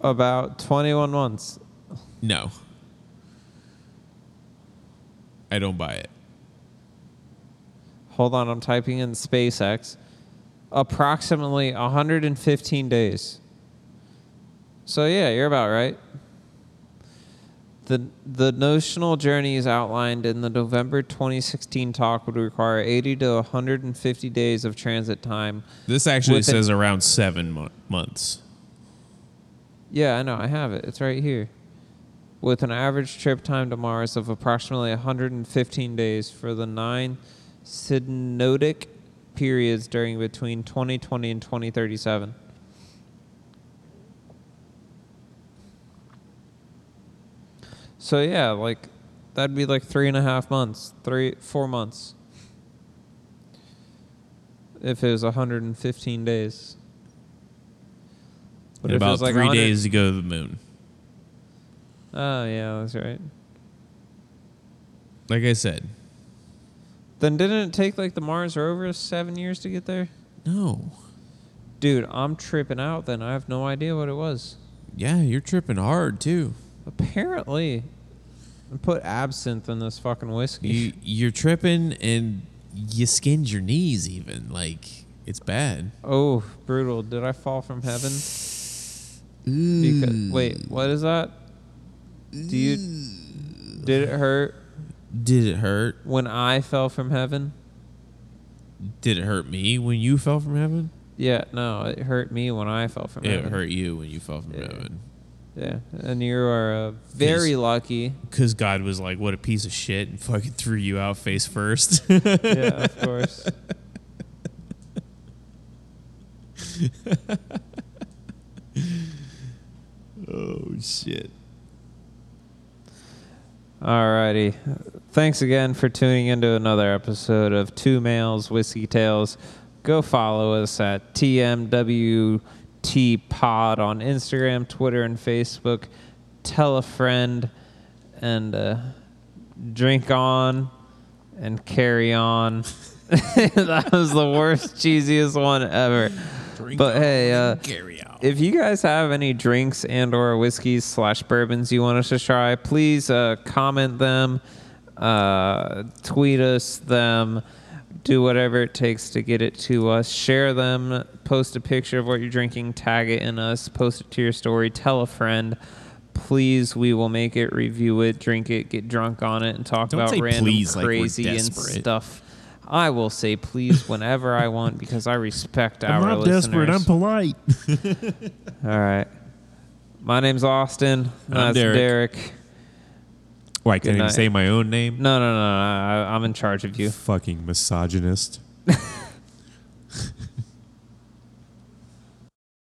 Speaker 2: about 21 months.
Speaker 4: No. I don't buy it.
Speaker 2: Hold on, I'm typing in SpaceX. Approximately 115 days. So yeah, you're about right. The, the notional journeys outlined in the November 2016 talk would require 80 to 150 days of transit time.
Speaker 4: This actually
Speaker 2: With it-
Speaker 4: says around seven mo- months.
Speaker 2: Yeah, I know, I have it. It's right here. With an average trip time to Mars of approximately 115 days for the nine synodic periods during between 2020 and 2037. So yeah, like that'd be like three and a half months, three four months. If it was 115 days.
Speaker 4: And
Speaker 2: if it
Speaker 4: about
Speaker 2: was, like,
Speaker 4: three
Speaker 2: 100
Speaker 4: days to go to the moon.
Speaker 2: Oh yeah, that's right.
Speaker 4: Like I said,
Speaker 2: Then didn't it take like the Mars rover seven years to get there?
Speaker 4: no.
Speaker 2: Dude, I'm tripping out. Then I have no idea what it was.
Speaker 4: Yeah, you're tripping hard too.
Speaker 2: Apparently, I put absinthe in this fucking whiskey.
Speaker 4: You you're tripping and you skinned your knees even. Like it's bad.
Speaker 2: oh, brutal! Did I fall from heaven? Because, wait, what is that? Do you did it hurt
Speaker 4: Did it hurt?
Speaker 2: when I fell from heaven?
Speaker 4: Did it hurt me when you fell from heaven?
Speaker 2: Yeah, no, it hurt me when I fell from
Speaker 4: It
Speaker 2: heaven.
Speaker 4: hurt you when you fell from
Speaker 2: Yeah.
Speaker 4: heaven.
Speaker 2: Yeah, and you are uh, very lucky.
Speaker 4: Because God was like, what a piece of shit, and fucking threw you out face first.
Speaker 2: yeah, of course.
Speaker 4: oh, shit.
Speaker 2: Alrighty. Thanks again for tuning into another episode of Two Males Whiskey Tales. Go follow us at TMWT Pod on Instagram, Twitter, and Facebook. Tell a friend and uh, drink on and carry on. that was the worst, cheesiest one ever. but hey, uh,
Speaker 4: Carry out.
Speaker 2: if you guys have any drinks and or whiskeys slash bourbons you want us to try please uh, comment them uh, tweet us them do whatever it takes to get it to us share them post a picture of what you're drinking tag it in us post it to your story tell a friend please we will make it review it drink it get drunk on it and talk
Speaker 4: Don't
Speaker 2: about
Speaker 4: say
Speaker 2: random
Speaker 4: please like we're
Speaker 2: crazy and
Speaker 4: desperate.
Speaker 2: stuff i will say please whenever i want because i respect our
Speaker 1: I'm not
Speaker 2: listeners
Speaker 1: desperate. I'm polite.
Speaker 2: all right. My name's Austin. That's
Speaker 4: Derek.
Speaker 2: Derek.
Speaker 1: Why can't I
Speaker 2: night.
Speaker 1: even say my own name?
Speaker 2: No, no, no, no. I, I'm in charge of you.
Speaker 1: Fucking misogynist.